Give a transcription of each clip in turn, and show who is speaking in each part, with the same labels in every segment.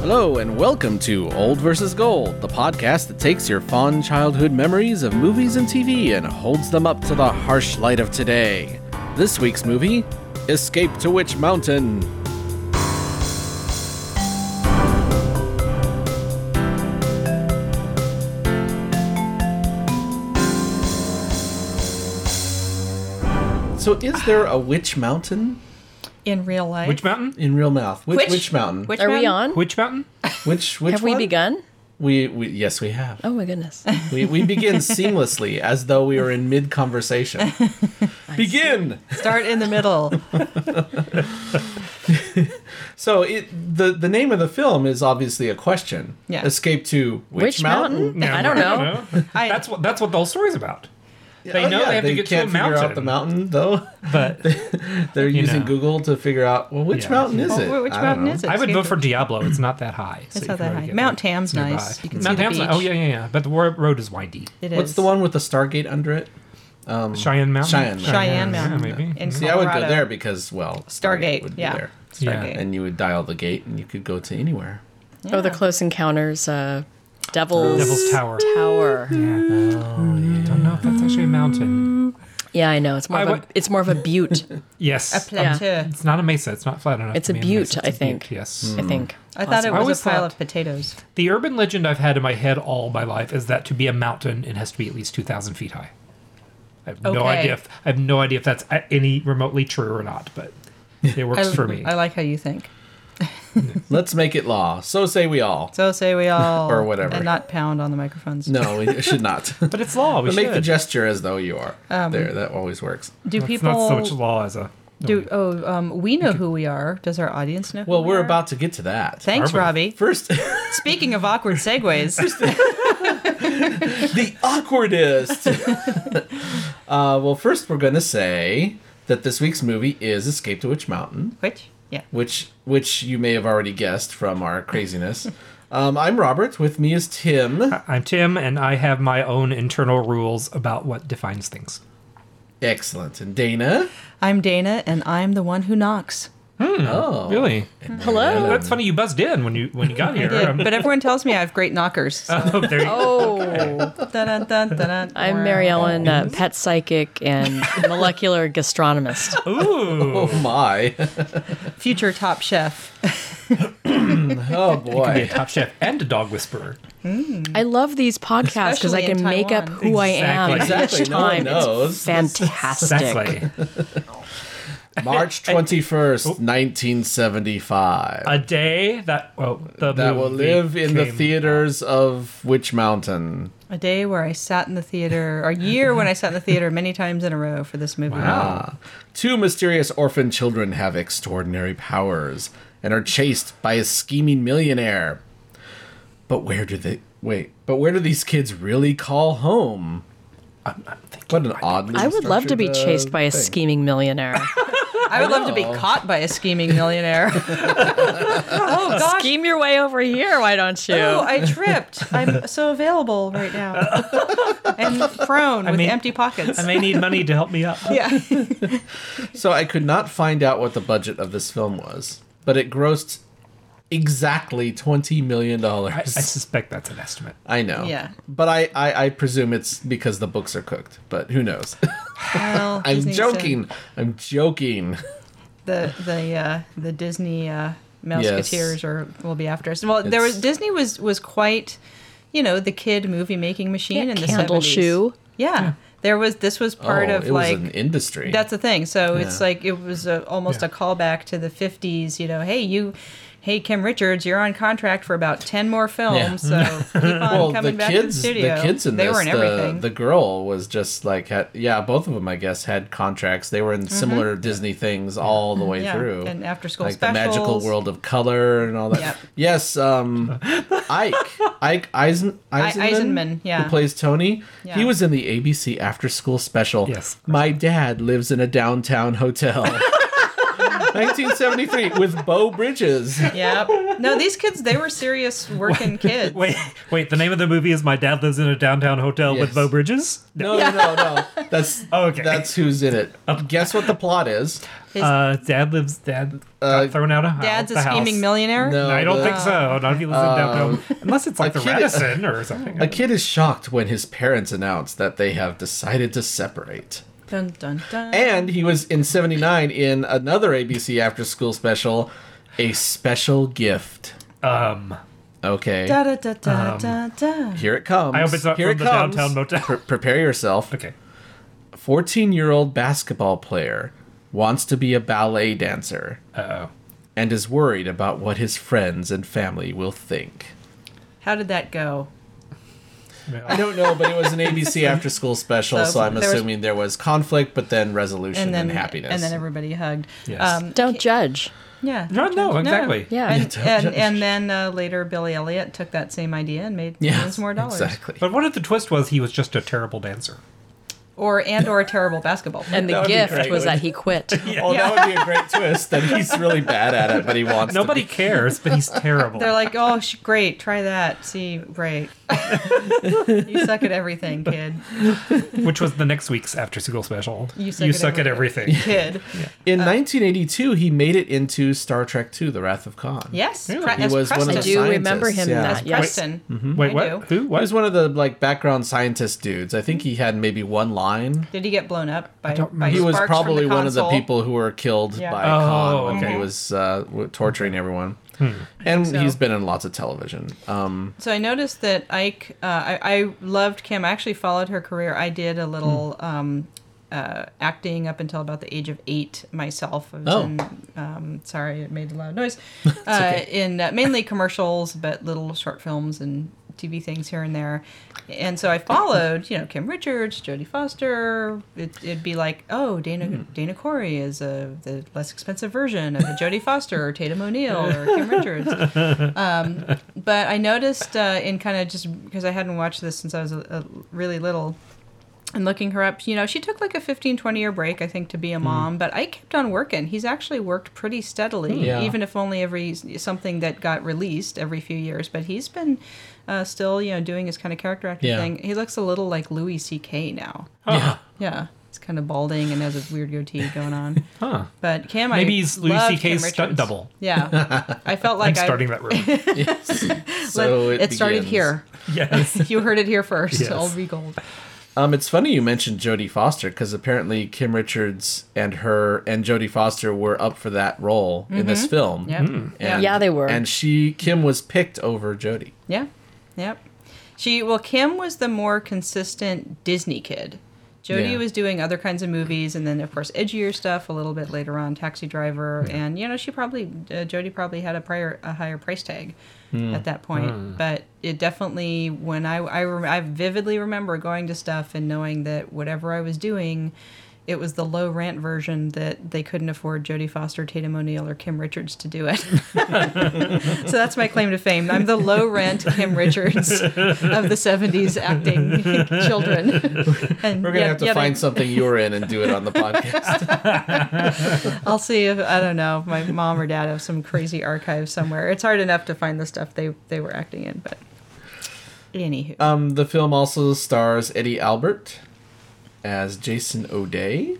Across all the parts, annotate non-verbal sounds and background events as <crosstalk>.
Speaker 1: Hello, and welcome to Old vs. Gold, the podcast that takes your fond childhood memories of movies and TV and holds them up to the harsh light of today. This week's movie Escape to Witch Mountain. So, is there a Witch Mountain
Speaker 2: in real life.
Speaker 3: Which mountain?
Speaker 1: in real mouth? Witch,
Speaker 2: Witch-
Speaker 1: Witch Mountain.
Speaker 2: Which
Speaker 4: Are we
Speaker 2: mountain?
Speaker 4: on?
Speaker 3: Which mountain?
Speaker 1: Which, which
Speaker 4: Have we
Speaker 1: one?
Speaker 4: begun?
Speaker 1: We, we, yes, we have.
Speaker 4: Oh my goodness.
Speaker 1: We, we begin seamlessly as though we were in mid conversation. begin. <laughs>
Speaker 2: Start in the middle.
Speaker 1: So it the the name of the film is obviously a question.
Speaker 2: Yeah.
Speaker 1: Escape to which,
Speaker 4: Which mountain? I don't know.
Speaker 3: no.
Speaker 2: <laughs> I-
Speaker 3: that's what that's what the whole story's about. They
Speaker 1: Oh,
Speaker 3: know
Speaker 1: yeah,
Speaker 3: they have
Speaker 1: they
Speaker 3: to get to a
Speaker 1: can't figure out
Speaker 3: mountain,
Speaker 1: the mountain though. <laughs>
Speaker 2: <laughs>
Speaker 3: but
Speaker 1: They're using
Speaker 3: know.
Speaker 1: Google to figure out well which
Speaker 3: Yeah.
Speaker 1: mountain is
Speaker 2: Well,
Speaker 1: it?
Speaker 2: wh- which
Speaker 1: I don't
Speaker 2: mountain
Speaker 1: know.
Speaker 2: is it?
Speaker 3: I would
Speaker 2: Escape
Speaker 3: vote
Speaker 2: to-
Speaker 3: for Diablo. It's not that high. so
Speaker 2: It's
Speaker 3: you
Speaker 2: not
Speaker 3: can
Speaker 2: that
Speaker 3: really
Speaker 2: high.
Speaker 3: get
Speaker 2: Mount
Speaker 3: it.
Speaker 2: Tam's
Speaker 3: It's nearby.
Speaker 2: nice. You can see
Speaker 3: Mount
Speaker 2: the
Speaker 3: Tam's.
Speaker 2: beach.
Speaker 3: Oh yeah, yeah, yeah. But the wa- road is windy.
Speaker 2: It
Speaker 1: What's
Speaker 2: is.
Speaker 1: the one with the Stargate under it?
Speaker 3: Cheyenne Mountain.
Speaker 1: Cheyenne
Speaker 2: Cheyenne
Speaker 3: yeah,
Speaker 2: Mountain.
Speaker 3: maybe. Mm-hmm.
Speaker 2: In
Speaker 1: See, I would go
Speaker 2: Colorado.
Speaker 1: there because well,
Speaker 2: Stargate.
Speaker 1: would be
Speaker 2: yeah.
Speaker 1: there.
Speaker 2: Stargate.
Speaker 1: and you would dial the gate and you could go to anywhere.
Speaker 4: Oh, the Close Encounters, uh, Devil's,
Speaker 3: Devil's Tower.
Speaker 4: Tower.
Speaker 3: Yeah.
Speaker 2: Oh,
Speaker 3: I don't know if that's actually a mountain.
Speaker 4: Yeah, I know. It's more
Speaker 3: I
Speaker 4: of a
Speaker 3: would-
Speaker 4: it's more of a butte,
Speaker 2: A
Speaker 3: Yes.
Speaker 2: plateau.
Speaker 3: It's not a mesa. It's not flat enough.
Speaker 4: It's
Speaker 3: to
Speaker 4: a
Speaker 3: be mesa. It's
Speaker 4: butte, I
Speaker 3: a
Speaker 4: think.
Speaker 3: butte, Yes. <laughs>
Speaker 4: I think.
Speaker 2: I thought it
Speaker 3: I
Speaker 2: was
Speaker 3: always
Speaker 2: a pile
Speaker 3: thought-
Speaker 2: of potatoes.
Speaker 3: The urban legend I've had in my head all my life is that to be a mountain, it has to be at least two thousand feet high. I have no
Speaker 2: Okay.
Speaker 3: idea. If, I have no idea if that's a- any remotely true or not,
Speaker 1: <laughs>
Speaker 3: but it works
Speaker 2: I,
Speaker 3: for me.
Speaker 2: I like how you think.
Speaker 1: Let's make it law. So say we all.
Speaker 2: So say we
Speaker 1: <laughs>
Speaker 2: all
Speaker 1: Or whatever.
Speaker 2: and not pound on the microphones.
Speaker 1: No, we should
Speaker 2: <laughs>
Speaker 1: not.
Speaker 3: but it's law. We
Speaker 1: But
Speaker 3: should.
Speaker 1: make the gesture as though you are.
Speaker 2: Um,
Speaker 1: there, that always works.
Speaker 2: Do
Speaker 3: It's
Speaker 2: people
Speaker 3: not so much law as a.
Speaker 2: do? Oh, um, we know who we are. Does our audience know? Who
Speaker 1: Well,
Speaker 2: we
Speaker 1: we're
Speaker 2: are?
Speaker 1: about to get to that.
Speaker 2: Thanks,
Speaker 3: Are we?
Speaker 2: Robbie.
Speaker 1: First, <laughs>
Speaker 2: Speaking of awkward segues,
Speaker 1: the awkwardest. <laughs> uh, well, first we're gonna say that this week's movie is Escape to Witch Mountain,
Speaker 2: which yeah,
Speaker 1: which which you may have already guessed from our craziness. Um, I'm Robert. With me is Tim.
Speaker 3: I'm Tim, and I have my own internal rules about what defines things.
Speaker 1: Excellent. And Dana.
Speaker 2: I'm Dana, and I'm the one who knocks.
Speaker 1: Oh,
Speaker 3: Really?
Speaker 4: Hello.
Speaker 3: That's funny. You buzzed in when you when you
Speaker 2: <laughs>
Speaker 3: got here.
Speaker 2: Yeah,
Speaker 3: Um, <laughs>
Speaker 2: but everyone tells me I have great knockers. So.
Speaker 3: oh, there you go.
Speaker 4: Oh,
Speaker 2: <laughs> Dun, dun, dun, dun.
Speaker 4: I'm Mary Ellen, uh, pet psychic
Speaker 3: <laughs>
Speaker 4: and molecular gastronomist.
Speaker 3: Um, Ooh.
Speaker 1: Oh my. <laughs>
Speaker 2: future top chef.
Speaker 1: Oh
Speaker 3: Be a
Speaker 1: boy.
Speaker 3: top chef and a dog whisperer.
Speaker 4: I love these podcasts because I
Speaker 2: Especially in
Speaker 4: can make up
Speaker 2: Taiwan.
Speaker 4: who I am
Speaker 1: Exactly.
Speaker 4: each
Speaker 1: No one
Speaker 4: time.
Speaker 1: knows.
Speaker 4: It's fantastic.
Speaker 3: Exactly.
Speaker 1: March twenty
Speaker 3: Oh.
Speaker 1: first, nineteen seventy five.
Speaker 3: A day that well the
Speaker 1: That will
Speaker 3: movie
Speaker 1: live in the
Speaker 3: came-
Speaker 1: theaters of Witch Mountain.
Speaker 2: A day where I sat in the theater, or a year when I sat in the theater many times in a row for this movie.
Speaker 3: Wow.
Speaker 1: Two mysterious orphan children have extraordinary powers and are chased by a scheming millionaire. But where do they wait? But where do these kids really call home? What an oddly.
Speaker 4: I would love to be
Speaker 1: structured, uh,
Speaker 4: chased by a
Speaker 1: thing.
Speaker 4: scheming millionaire.
Speaker 2: I would love to be caught by a
Speaker 1: <laughs>
Speaker 2: scheming millionaire. oh gosh.
Speaker 4: Scheme your way over here, why don't you?
Speaker 2: Oh, I tripped. I'm so available
Speaker 1: <laughs>
Speaker 2: right now. and prone with
Speaker 3: mean-
Speaker 2: empty pockets.
Speaker 3: I may need money to help me up.
Speaker 2: <laughs> yeah.
Speaker 1: So I could not find out what the budget of this film was, but it grossed exactly twenty million
Speaker 3: I, I
Speaker 1: dollars.
Speaker 3: suspect that's an estimate.
Speaker 1: I know.
Speaker 2: Yeah.
Speaker 1: But I, I I presume it's because the books are cooked. But who knows?
Speaker 2: Well,
Speaker 1: I'm
Speaker 2: Disney said
Speaker 1: joking. I'm joking.
Speaker 2: The the uh, the Disney uh, Mouseketeers are will be after us. Well, there was
Speaker 1: It's-
Speaker 2: Disney was was quite, you know, the kid movie making machine in the
Speaker 4: Candle
Speaker 2: 70s.
Speaker 4: shoe.
Speaker 2: Yeah. There was this was part
Speaker 1: Oh,
Speaker 2: of
Speaker 1: it
Speaker 2: like
Speaker 1: was an industry.
Speaker 2: that's the thing. So it's
Speaker 1: Yeah.
Speaker 2: like it was a, almost
Speaker 3: Yeah.
Speaker 2: a callback to the 50s, you know, hey you hey Kim Richards, you're on contract for about 10
Speaker 1: <laughs>
Speaker 2: more films, so keep on
Speaker 1: well,
Speaker 2: coming
Speaker 1: the
Speaker 2: back to the
Speaker 1: kids, the,
Speaker 2: studio.
Speaker 1: kids in
Speaker 2: they
Speaker 1: this,
Speaker 2: were in
Speaker 1: the-
Speaker 2: everything.
Speaker 1: the girl was just like, had, yeah, both of them, I guess, had contracts. They were in similar Disney things all the way
Speaker 2: Mm-hmm. Yeah,
Speaker 1: through,
Speaker 2: and after-school
Speaker 1: like the magical
Speaker 2: specials.
Speaker 1: world of color and all that.
Speaker 2: Yep.
Speaker 1: Yes,
Speaker 2: <laughs>
Speaker 1: um, Ike, Ike Eisen, Eisenman,
Speaker 2: Eisenman, yeah.
Speaker 1: who plays Tony.
Speaker 2: Yeah.
Speaker 1: He was in the ABC After School Special.
Speaker 3: Yes.
Speaker 2: <laughs>
Speaker 1: <laughs> my dad lives in a downtown hotel. 1973 with Bo Bridges.
Speaker 2: Yeah. No, these kids, they were serious working kids.
Speaker 3: <laughs> Wait, wait. The name of the movie is My Dad Lives in a Downtown Hotel
Speaker 1: Yes.
Speaker 3: with Bo Bridges.
Speaker 1: No, no, no, no.
Speaker 3: <laughs>
Speaker 1: That's
Speaker 3: Oh, Okay. Um,
Speaker 1: That's who's in it. Guess what the plot
Speaker 3: <laughs>
Speaker 1: is?
Speaker 2: His
Speaker 3: Uh, dad lives. Dad
Speaker 1: Uh,
Speaker 3: got thrown out of house.
Speaker 2: dad's a
Speaker 3: the house.
Speaker 2: scheming Uh, millionaire.
Speaker 1: No.
Speaker 3: I don't
Speaker 1: the-
Speaker 3: think so. Not if you lives in downtown. Unless it's like
Speaker 1: a
Speaker 3: the
Speaker 1: kid-
Speaker 3: Radisson or something.
Speaker 1: A kid is shocked when his parents announce that they have decided to separate.
Speaker 2: Dun, dun, dun.
Speaker 1: And he was in 79 in another ABC after school special, A Special Gift.
Speaker 3: Um,
Speaker 1: Okay.
Speaker 2: Da, da, da, da,
Speaker 1: Um,
Speaker 2: da, da.
Speaker 1: Here it comes.
Speaker 3: I hope it's not
Speaker 1: Here
Speaker 3: from
Speaker 1: it
Speaker 3: the
Speaker 1: comes.
Speaker 3: downtown motel.
Speaker 1: Pre- prepare yourself.
Speaker 3: okay.
Speaker 1: 14 year old basketball player wants to be a ballet dancer
Speaker 3: Uh oh.
Speaker 1: and is worried about what his friends and family will think.
Speaker 2: How did that go?
Speaker 1: I don't know, but it was an
Speaker 2: <laughs>
Speaker 1: ABC after school special, so,
Speaker 2: So
Speaker 1: I'm
Speaker 2: there was-
Speaker 1: assuming there was conflict, but then resolution and,
Speaker 2: And then
Speaker 1: happiness.
Speaker 2: And
Speaker 1: <laughs>
Speaker 2: then everybody hugged. Um,
Speaker 3: Yes.
Speaker 4: Don't judge.
Speaker 2: Yeah.
Speaker 3: No, no, exactly.
Speaker 4: Yeah.
Speaker 2: And,
Speaker 1: don't <laughs>
Speaker 2: and,
Speaker 1: judge.
Speaker 2: and then uh, later, Billy Elliot took that same idea and made
Speaker 1: yeah,
Speaker 2: millions more dollars,
Speaker 1: Exactly.
Speaker 3: But what if the twist was he was just a terrible dancer?
Speaker 2: or and or
Speaker 1: <laughs>
Speaker 2: a terrible basketball player.
Speaker 4: <laughs> And the
Speaker 1: That would be
Speaker 4: gift
Speaker 1: great,
Speaker 4: was that
Speaker 1: wouldn't
Speaker 4: he
Speaker 1: <laughs>
Speaker 4: quit.
Speaker 1: Oh, that would be a great twist that he's really bad at it, but he wants to
Speaker 3: Nobody cares, but
Speaker 2: <laughs>
Speaker 3: he's terrible.
Speaker 2: They're like, oh, sh- great, try that.
Speaker 1: <laughs>
Speaker 2: See, great. you suck at everything, kid.
Speaker 3: which was the next week's after school special.
Speaker 2: You suck at
Speaker 3: at
Speaker 2: <laughs>
Speaker 3: everything.
Speaker 2: Kid. Uh,
Speaker 1: In 1982, he made it into Star Trek II: The Wrath of Khan.
Speaker 2: Yes.
Speaker 3: Really?
Speaker 2: Pre-
Speaker 3: He
Speaker 2: as
Speaker 1: was one of
Speaker 2: Preston.
Speaker 4: I
Speaker 1: the Mm-hmm.
Speaker 4: do remember
Speaker 1: scientists,
Speaker 4: him
Speaker 1: yeah.
Speaker 4: in
Speaker 2: As
Speaker 4: that. Yes.
Speaker 2: Preston.
Speaker 3: Wait,
Speaker 2: I do.
Speaker 3: what? Who?
Speaker 1: He
Speaker 3: What?
Speaker 1: was one of the like background scientist dudes. I think he had maybe one line.
Speaker 2: Did he get blown up by?
Speaker 3: don't
Speaker 2: by
Speaker 3: remember.
Speaker 1: He was
Speaker 2: sparks from
Speaker 1: probably
Speaker 2: the
Speaker 1: one of the
Speaker 2: console?
Speaker 1: people who were killed
Speaker 2: Yeah.
Speaker 1: by
Speaker 3: Oh,
Speaker 1: Khan when
Speaker 3: okay.
Speaker 1: he was uh, w- torturing everyone. And
Speaker 2: Hmm. so.
Speaker 1: he's been in lots of television. Um,
Speaker 2: So I noticed that Ike. Uh, I, I loved Kim. I actually followed her career. I did a little um, uh, acting up until about the age of eight myself. I was
Speaker 1: Oh.
Speaker 2: in, um, sorry, it made a loud noise. uh, In uh, mainly commercials, but little short films and TV things here and there. And so I followed, you know, Kim Richards, Jodie Foster. It, it'd be like, oh, Dana Dana Corey is a, the less expensive version of a Jodie Foster or Tatum O'Neill or Kim Richards but I noticed uh, in kind of just because I hadn't watched this since I was a, a really little and looking her up, you know, she took like a 15, 20 year break, I think, to be
Speaker 3: Hmm.
Speaker 2: a mom, but I kept on working. He's actually worked pretty
Speaker 3: Hmm.
Speaker 2: steadily,
Speaker 1: Yeah.
Speaker 2: even if only every something that got released every few years. But he's been uh, still, you know, doing his kind of character acting
Speaker 1: Yeah.
Speaker 2: thing. He looks a little like Louis C.K. now.
Speaker 3: Oh,
Speaker 1: yeah.
Speaker 2: Yeah. He's kind of balding and has a weird goatee going on.
Speaker 3: <laughs> Huh.
Speaker 2: But Cam, I
Speaker 3: Maybe he's Louis
Speaker 2: loved
Speaker 3: CK's
Speaker 2: Kim
Speaker 3: stunt
Speaker 2: Richards.
Speaker 3: double.
Speaker 2: Yeah. I
Speaker 3: <laughs>
Speaker 2: felt
Speaker 3: I'm
Speaker 2: like I-
Speaker 3: starting
Speaker 2: <laughs>
Speaker 3: that room.
Speaker 1: Yes.
Speaker 2: let-
Speaker 1: so it,
Speaker 2: it started
Speaker 1: begins.
Speaker 2: here. <laughs>
Speaker 3: yes.
Speaker 2: You heard it here first.
Speaker 3: Yes.
Speaker 2: Old Regal.
Speaker 1: Um, it's funny you mentioned Jodie Foster because apparently Kim Richards and her and Jodie Foster were up for that role in this film.
Speaker 2: Yep. Mm.
Speaker 1: Hmm, And-
Speaker 4: Yeah, they were.
Speaker 1: And she Kim was picked over Jodie.
Speaker 2: Yeah. Yep. She well, Kim was the more consistent Disney kid. Jodie
Speaker 1: Yeah.
Speaker 2: was doing other kinds of movies, and then of course edgier stuff a little bit later on, Taxi Driver, and you know she probably uh, Jodie probably had a prior a higher price tag
Speaker 1: Hmm.
Speaker 2: at that point, but it definitely when I I, rem- I vividly remember going to stuff and knowing that whatever I was doing. It was the low rent version that they couldn't afford Jodie Foster, Tatum O'Neill, or Kim Richards to do it. So that's my claim to fame. I'm the low rent Kim Richards of the 70s acting <laughs> children. And
Speaker 1: We're gonna have to find something you were in and do it
Speaker 2: <laughs>
Speaker 1: on the podcast.
Speaker 2: I'll see if I don't know if my mom or dad have some crazy archive somewhere. It's hard enough to find the stuff they they were acting in, but anywho,
Speaker 1: um, the film also stars Eddie Albert as Jason O'Day.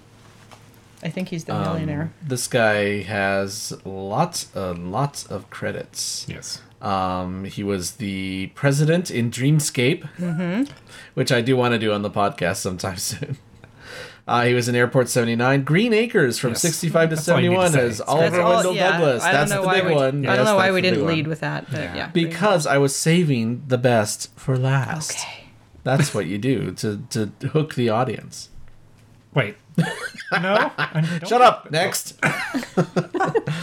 Speaker 2: I think he's the millionaire.
Speaker 1: This guy has lots and lots of credits.
Speaker 3: Yes.
Speaker 1: Um, he was the president in Dreamscape,
Speaker 2: Mm-hmm.
Speaker 1: which I do want to do on the podcast sometime <laughs> soon. Uh, he was in Airport 79. Green Acres from
Speaker 3: Yes.
Speaker 1: 65 to
Speaker 3: That's all you need
Speaker 1: 71
Speaker 3: to say.
Speaker 1: is Oliver
Speaker 2: all-
Speaker 1: Wendell
Speaker 2: yeah,
Speaker 1: Douglas.
Speaker 2: I don't
Speaker 1: That's
Speaker 2: know
Speaker 1: the
Speaker 2: why
Speaker 1: big
Speaker 2: we-
Speaker 1: one.
Speaker 2: I don't know
Speaker 1: Yes,
Speaker 2: why
Speaker 1: that's
Speaker 2: we
Speaker 1: the big
Speaker 2: didn't
Speaker 1: one.
Speaker 2: lead with that. But yeah.
Speaker 1: Because I was saving the best for last.
Speaker 2: Okay.
Speaker 1: That's what you do to, to hook the audience.
Speaker 3: Wait. <laughs> No.
Speaker 1: Shut up. Next. Uh,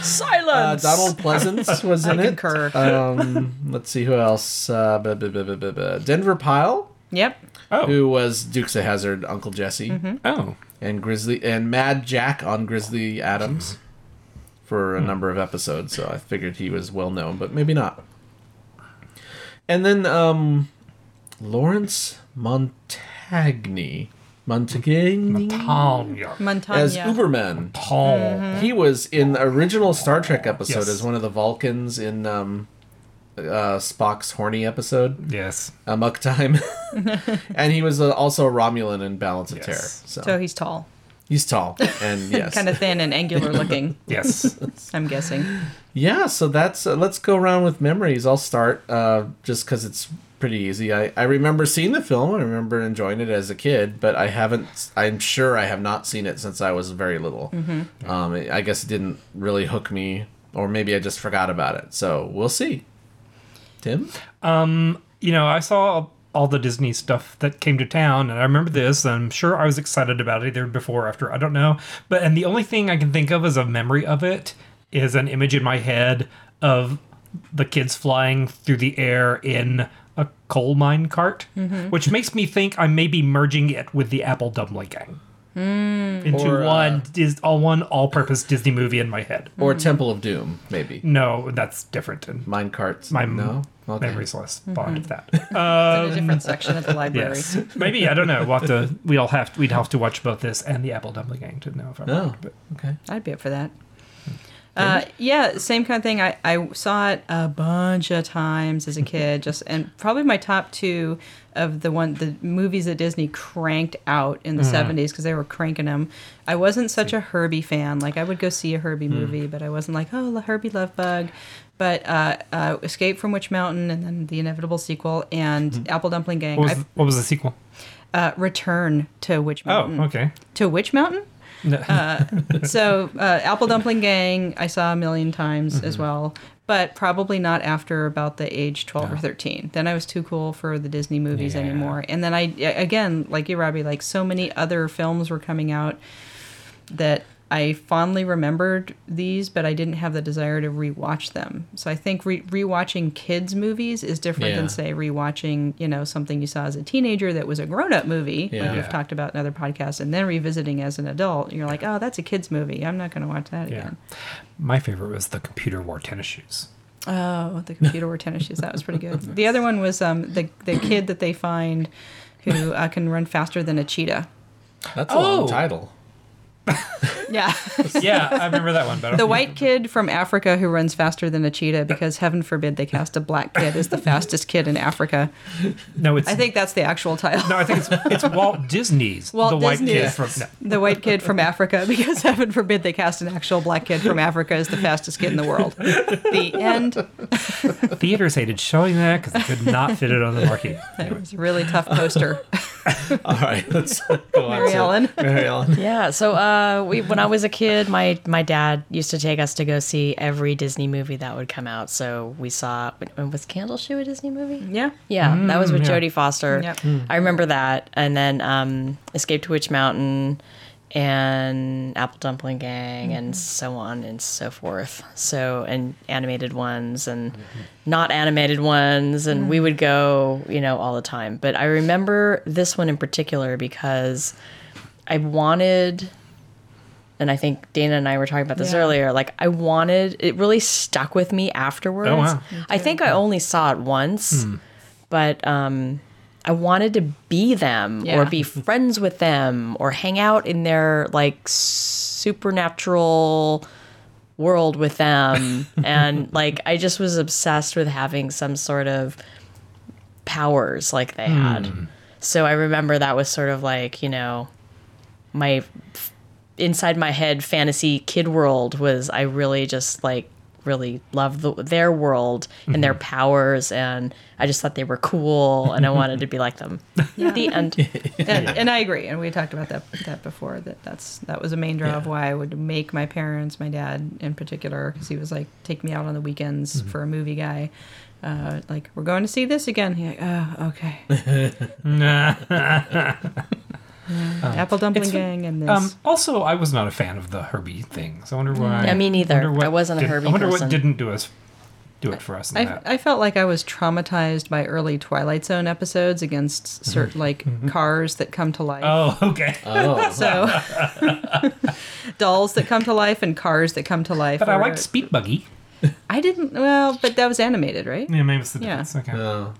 Speaker 4: Silence.
Speaker 1: Donald
Speaker 2: <laughs>
Speaker 1: Pleasance was in
Speaker 2: I
Speaker 1: it.
Speaker 2: concur.
Speaker 1: Um, let's see who else. Uh, bu- bu- bu- bu- bu- bu- Denver Pyle,
Speaker 2: Yep.
Speaker 3: Oh.
Speaker 1: who was Dukes of Hazard, Uncle Jesse,
Speaker 3: Oh.
Speaker 1: and Grizzly and Mad Jack on Grizzly Adams for a
Speaker 3: Hmm.
Speaker 1: number of episodes. So I figured he was well known, but maybe not. And then um, Lawrence Montagny Montague
Speaker 3: Tanya.
Speaker 2: Montana.
Speaker 1: as Uberman.
Speaker 3: Tanya.
Speaker 1: He was in the original Star Trek episode
Speaker 3: Yes.
Speaker 1: as one of the Vulcans in um, uh, Spock's horny episode,
Speaker 3: Yes.
Speaker 1: Amok Time, <laughs> and he was uh, also a Romulan in Balance of
Speaker 3: Yes.
Speaker 1: Terror. So,
Speaker 2: So he's tall,
Speaker 1: he's tall and yes,
Speaker 2: kind of thin and angular looking.
Speaker 3: Yes.
Speaker 2: I'm guessing.
Speaker 1: yeah. So that's uh, let's go around with memories. I'll start uh, just because it's pretty easy. I, I remember seeing the film. I remember enjoying it as a kid, but I haven't. I'm sure I have not seen it since I was very little. Um, I guess it didn't really hook me, or maybe I just forgot about it. So we'll see. Tim.
Speaker 3: you know, I saw all the Disney stuff that came to town, and I remember this. And I'm sure I was excited about it either before or after. I don't know. But and the only thing I can think of as a memory of it is an image in my head of the kids flying through the air in a coal mine cart, which makes me think I may be merging it with the Apple Dumpling Gang. Into
Speaker 1: Or, uh,
Speaker 3: one dis- all one all-purpose Disney movie in my head.
Speaker 1: Or Temple of Doom, maybe.
Speaker 3: No, that's different. And
Speaker 1: Mine carts.
Speaker 3: my
Speaker 1: no. Okay.
Speaker 3: memory's less fond of that.
Speaker 1: Um,
Speaker 2: in a different section of the library.
Speaker 3: Yes. Maybe I don't know. We'll have to. We all have. We'd have to watch both this and the Apple Dumpling Gang to know if I'm.
Speaker 1: Oh.
Speaker 3: right, but-
Speaker 1: Okay.
Speaker 2: I'd be up for that. Uh, yeah, same kind of thing. I, I saw it a bunch of times as a kid, just and probably my top two of the one the movies that Disney cranked out in the
Speaker 3: Mm-hmm.
Speaker 2: seventies because they were cranking them. I wasn't such a Herbie fan. Like I would go see a
Speaker 3: Mm.
Speaker 2: Herbie movie, but I wasn't like oh the Herbie Love Bug. But uh, uh, Escape from Witch Mountain and then the inevitable sequel and Apple Dumpling Gang.
Speaker 3: Mm-hmm. What was,
Speaker 2: I,
Speaker 3: the, what was the sequel?
Speaker 2: uh, Return to Witch Mountain.
Speaker 4: Mm-hmm.
Speaker 3: Oh, okay.
Speaker 2: To Witch Mountain
Speaker 3: No,
Speaker 4: Uh,
Speaker 2: <laughs> so uh, apple dumpling gang i saw a million times
Speaker 1: Mm-hmm.
Speaker 2: as well but probably not after about the age 12 or 13 then i was too cool for the disney movies
Speaker 3: Yeah.
Speaker 2: anymore and then i again like you robbie like so many other films were coming out that i fondly remembered these but i didn't have the desire to rewatch them so i think re- rewatching kids movies is different
Speaker 1: Yeah.
Speaker 2: than say rewatching you know something you saw as a teenager that was a grown-up movie
Speaker 1: Yeah.
Speaker 2: like we've
Speaker 3: Yeah.
Speaker 2: talked about in other podcasts and then revisiting as an adult you're like oh that's a kids movie i'm not going to watch that
Speaker 3: <laughs> yeah. <laughs>
Speaker 2: again
Speaker 3: My favorite was the computer wore tennis shoes.
Speaker 2: oh the computer wore tennis shoes that was pretty good the other one was um, the, the kid that they find who uh, can run faster than a cheetah
Speaker 1: That's a
Speaker 3: Oh.
Speaker 1: long title.
Speaker 2: yeah
Speaker 3: yeah, <laughs> I remember that one. But I
Speaker 2: <laughs> the
Speaker 3: don't-
Speaker 2: white kid from africa who runs faster than a cheetah because heaven forbid they cast a black kid as the fastest kid in africa
Speaker 3: No, it's.
Speaker 2: i think that's the actual title <laughs>
Speaker 3: No, I think it's, it's Walt Disney's.
Speaker 2: Walt
Speaker 3: the white kid
Speaker 2: Disney's.
Speaker 3: from. No.
Speaker 2: the white kid from Africa because heaven forbid they cast an actual black kid from Africa as the fastest kid in the world. The end.
Speaker 3: Theaters hated showing that because they could not fit it on the
Speaker 4: <laughs>
Speaker 3: marquee. Anyway.
Speaker 2: It's a really tough poster.
Speaker 1: <laughs> All right. Let's go on.
Speaker 2: Mary
Speaker 1: to-
Speaker 2: Ellen.
Speaker 1: <laughs> Mary Ellen.
Speaker 4: Yeah, so uh, we when I was a kid, my my dad used to take us to go see every Disney movie that would come out. So we saw was Candle Shoe a Disney movie?
Speaker 2: Yeah.
Speaker 4: Yeah, that was with Jodie Foster.
Speaker 2: Yep.
Speaker 4: I remember that, and then um, Escape to Witch Mountain, and Apple Dumpling Gang,
Speaker 2: Mm-hmm.
Speaker 4: and so on and so forth. So and animated ones and not animated ones, and
Speaker 2: Mm.
Speaker 4: we would go, you know, all the time. But I remember this one in particular because I wanted. And I think Dana and I were talking about this
Speaker 2: Yeah.
Speaker 4: earlier. Like, I wanted it really stuck with me afterwards.
Speaker 3: wow.
Speaker 4: I think I only saw it once, but um, I wanted to be them
Speaker 2: Yeah.
Speaker 4: or be friends with them or hang out in their like supernatural world with them. and like, I just was obsessed with having some sort of powers like they had. So I remember that was sort of like, you know, my f- inside my head fantasy kid world was I really just like really loved the, their world and
Speaker 1: Mm-hmm.
Speaker 4: their powers and I just thought they were
Speaker 1: <laughs>
Speaker 4: cool and I wanted to be like them. The end.
Speaker 2: And, and I agree. And we talked about that that before. That that's that was a main draw of why I would make my parents, my dad in particular, because he was like, take me out on the weekends
Speaker 3: Mm-hmm.
Speaker 2: for a movie guy. Uh, like we're going to see this again. He like, oh,
Speaker 3: <laughs>
Speaker 2: okay.
Speaker 3: Uh-huh.
Speaker 2: Apple Dumpling
Speaker 3: It's-
Speaker 2: Gang and this.
Speaker 3: Um, also, I was not a fan of the Herbie things. I wonder why.
Speaker 4: Mm. Yeah, me neither.
Speaker 3: wonder
Speaker 4: I wasn't a
Speaker 3: did-
Speaker 4: Herbie
Speaker 3: I wonder
Speaker 4: person.
Speaker 3: what didn't do us, do it for us. In
Speaker 2: I,
Speaker 3: that.
Speaker 2: I felt like I was traumatized by early Twilight Zone episodes against certain like cars that come to life.
Speaker 3: Mm-hmm. oh, <laughs> okay.
Speaker 1: Oh.
Speaker 3: <laughs>
Speaker 2: So <laughs> dolls that come to life and cars that come to life.
Speaker 3: but I
Speaker 2: were-
Speaker 3: liked Speed Buggy.
Speaker 2: I didn't. Well, but that was animated, right?
Speaker 3: Yeah, maybe it's the
Speaker 2: Yeah.
Speaker 3: difference. Okay.
Speaker 1: Oh.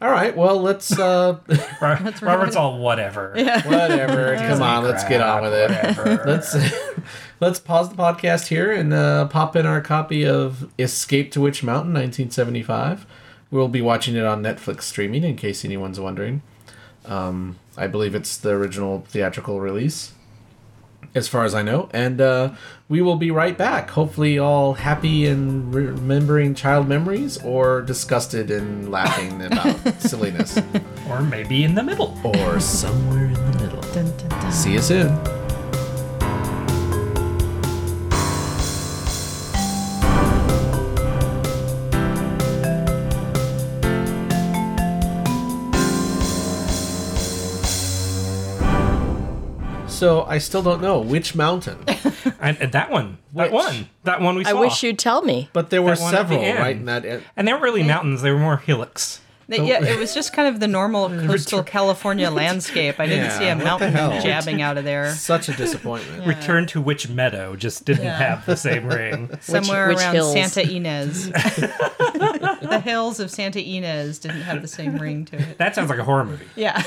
Speaker 1: All right, well, let's uh <laughs>
Speaker 3: Ro- Robert's all whatever. Yeah.
Speaker 1: whatever. Come on, let's get on with it. <laughs>
Speaker 3: Let's.
Speaker 1: Let's let's pause the podcast here and uh, pop in our copy of Escape to Witch Mountain 1975. We'll be watching it on Netflix streaming in case anyone's wondering. Um, I believe it's the original theatrical release, as far as I know. And uh, we will be right back. Hopefully, all happy and remembering child memories, or disgusted and laughing about silliness,
Speaker 3: Or maybe in the middle.
Speaker 1: or somewhere in the middle.
Speaker 2: Dun, dun, dun.
Speaker 1: See you soon. So I still don't know which mountain,
Speaker 3: And, and uh, that one.
Speaker 1: Which?
Speaker 3: That one. That one we
Speaker 4: I
Speaker 3: saw.
Speaker 4: wish you'd tell me.
Speaker 1: but there were
Speaker 3: <laughs> That one at the
Speaker 1: several
Speaker 3: end.
Speaker 1: right in that. e-, End.
Speaker 3: And they weren't really mountains, they were more hillocks.
Speaker 1: Oh.
Speaker 2: They- yeah, it was just kind of the
Speaker 1: <laughs>
Speaker 2: normal coastal California landscape. I didn't
Speaker 1: Yeah,
Speaker 2: see a
Speaker 1: what the
Speaker 2: mountain
Speaker 1: hell?
Speaker 2: <laughs> jabbing out of there.
Speaker 1: Such a disappointment.
Speaker 3: Return to Witch Meadow just didn't
Speaker 2: Yeah.
Speaker 3: have
Speaker 2: <laughs>
Speaker 3: the same ring.
Speaker 2: Somewhere
Speaker 4: which
Speaker 2: around
Speaker 4: hills?
Speaker 2: Santa
Speaker 1: <laughs>
Speaker 2: Ynez. the hills of Santa Ynez didn't have the same ring to it.
Speaker 3: That sounds like a horror movie.
Speaker 2: Yeah.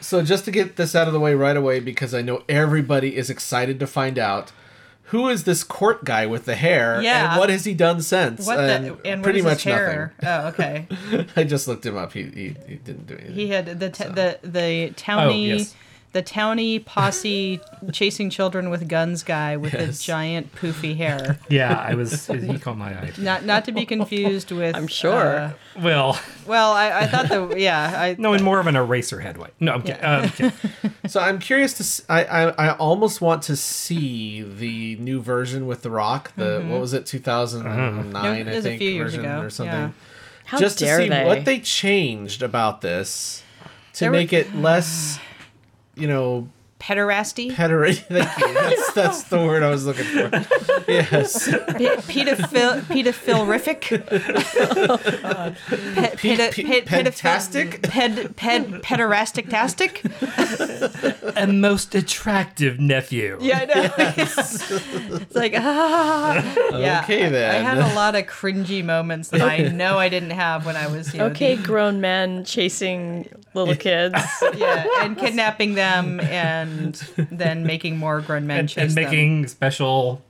Speaker 1: So just to get this out of the way right away, because I know everybody is excited to find out who is this court guy with the hair,
Speaker 2: Yeah.
Speaker 1: and what has he done since?
Speaker 2: What
Speaker 1: and,
Speaker 2: the, and
Speaker 1: pretty
Speaker 2: what
Speaker 1: much
Speaker 2: is his hair? Oh, okay.
Speaker 1: nothing. <laughs> I just looked him up. He he, he didn't do anything.
Speaker 2: He had the t- the the towny
Speaker 3: Oh, yes.
Speaker 2: the towny posse chasing children with guns guy with
Speaker 1: Yes.
Speaker 2: the giant poofy hair.
Speaker 3: Yeah, I was. He caught my eye.
Speaker 2: Not not
Speaker 1: <laughs>
Speaker 2: to be confused with
Speaker 4: I'm sure.
Speaker 2: uh,
Speaker 3: Well,
Speaker 2: well, I, I thought the yeah I
Speaker 3: no, in more of an eraser head way. No, I'm kidding. Uh, I'm
Speaker 2: <laughs>
Speaker 3: kidding.
Speaker 1: So I'm curious to. s I I I I almost want to see the new version with The Rock. The what was it, 2009?
Speaker 2: Mm-hmm. It
Speaker 1: I
Speaker 2: was a
Speaker 1: think
Speaker 2: few years
Speaker 1: version
Speaker 2: ago,
Speaker 1: or something.
Speaker 2: yeah.
Speaker 4: How
Speaker 1: Just to
Speaker 4: dare
Speaker 1: see
Speaker 4: they?
Speaker 1: what they changed about this to
Speaker 2: There were-
Speaker 1: make it less, you know,
Speaker 2: pederasty
Speaker 1: pederasty. <laughs> Thank
Speaker 2: <laughs>
Speaker 1: you. That's, that's the word I was looking for. Yes,
Speaker 2: Pe- pedophil pedophilrific Pe- pedo-
Speaker 1: pe-
Speaker 2: pe-
Speaker 1: pentastic?
Speaker 2: pedophil- ped ped pederastic tastic
Speaker 3: a most attractive nephew.
Speaker 2: yeah I know it's like ah yeah
Speaker 1: Okay,
Speaker 2: I-
Speaker 1: then.
Speaker 2: I, had a lot of cringy moments that I know I didn't have when I was you know,
Speaker 4: Okay,
Speaker 2: the-
Speaker 4: grown men chasing
Speaker 1: <laughs>
Speaker 4: little kids.
Speaker 2: yeah and kidnapping them and then making more grown men
Speaker 3: And,
Speaker 2: chase
Speaker 3: and
Speaker 2: them.
Speaker 3: making special,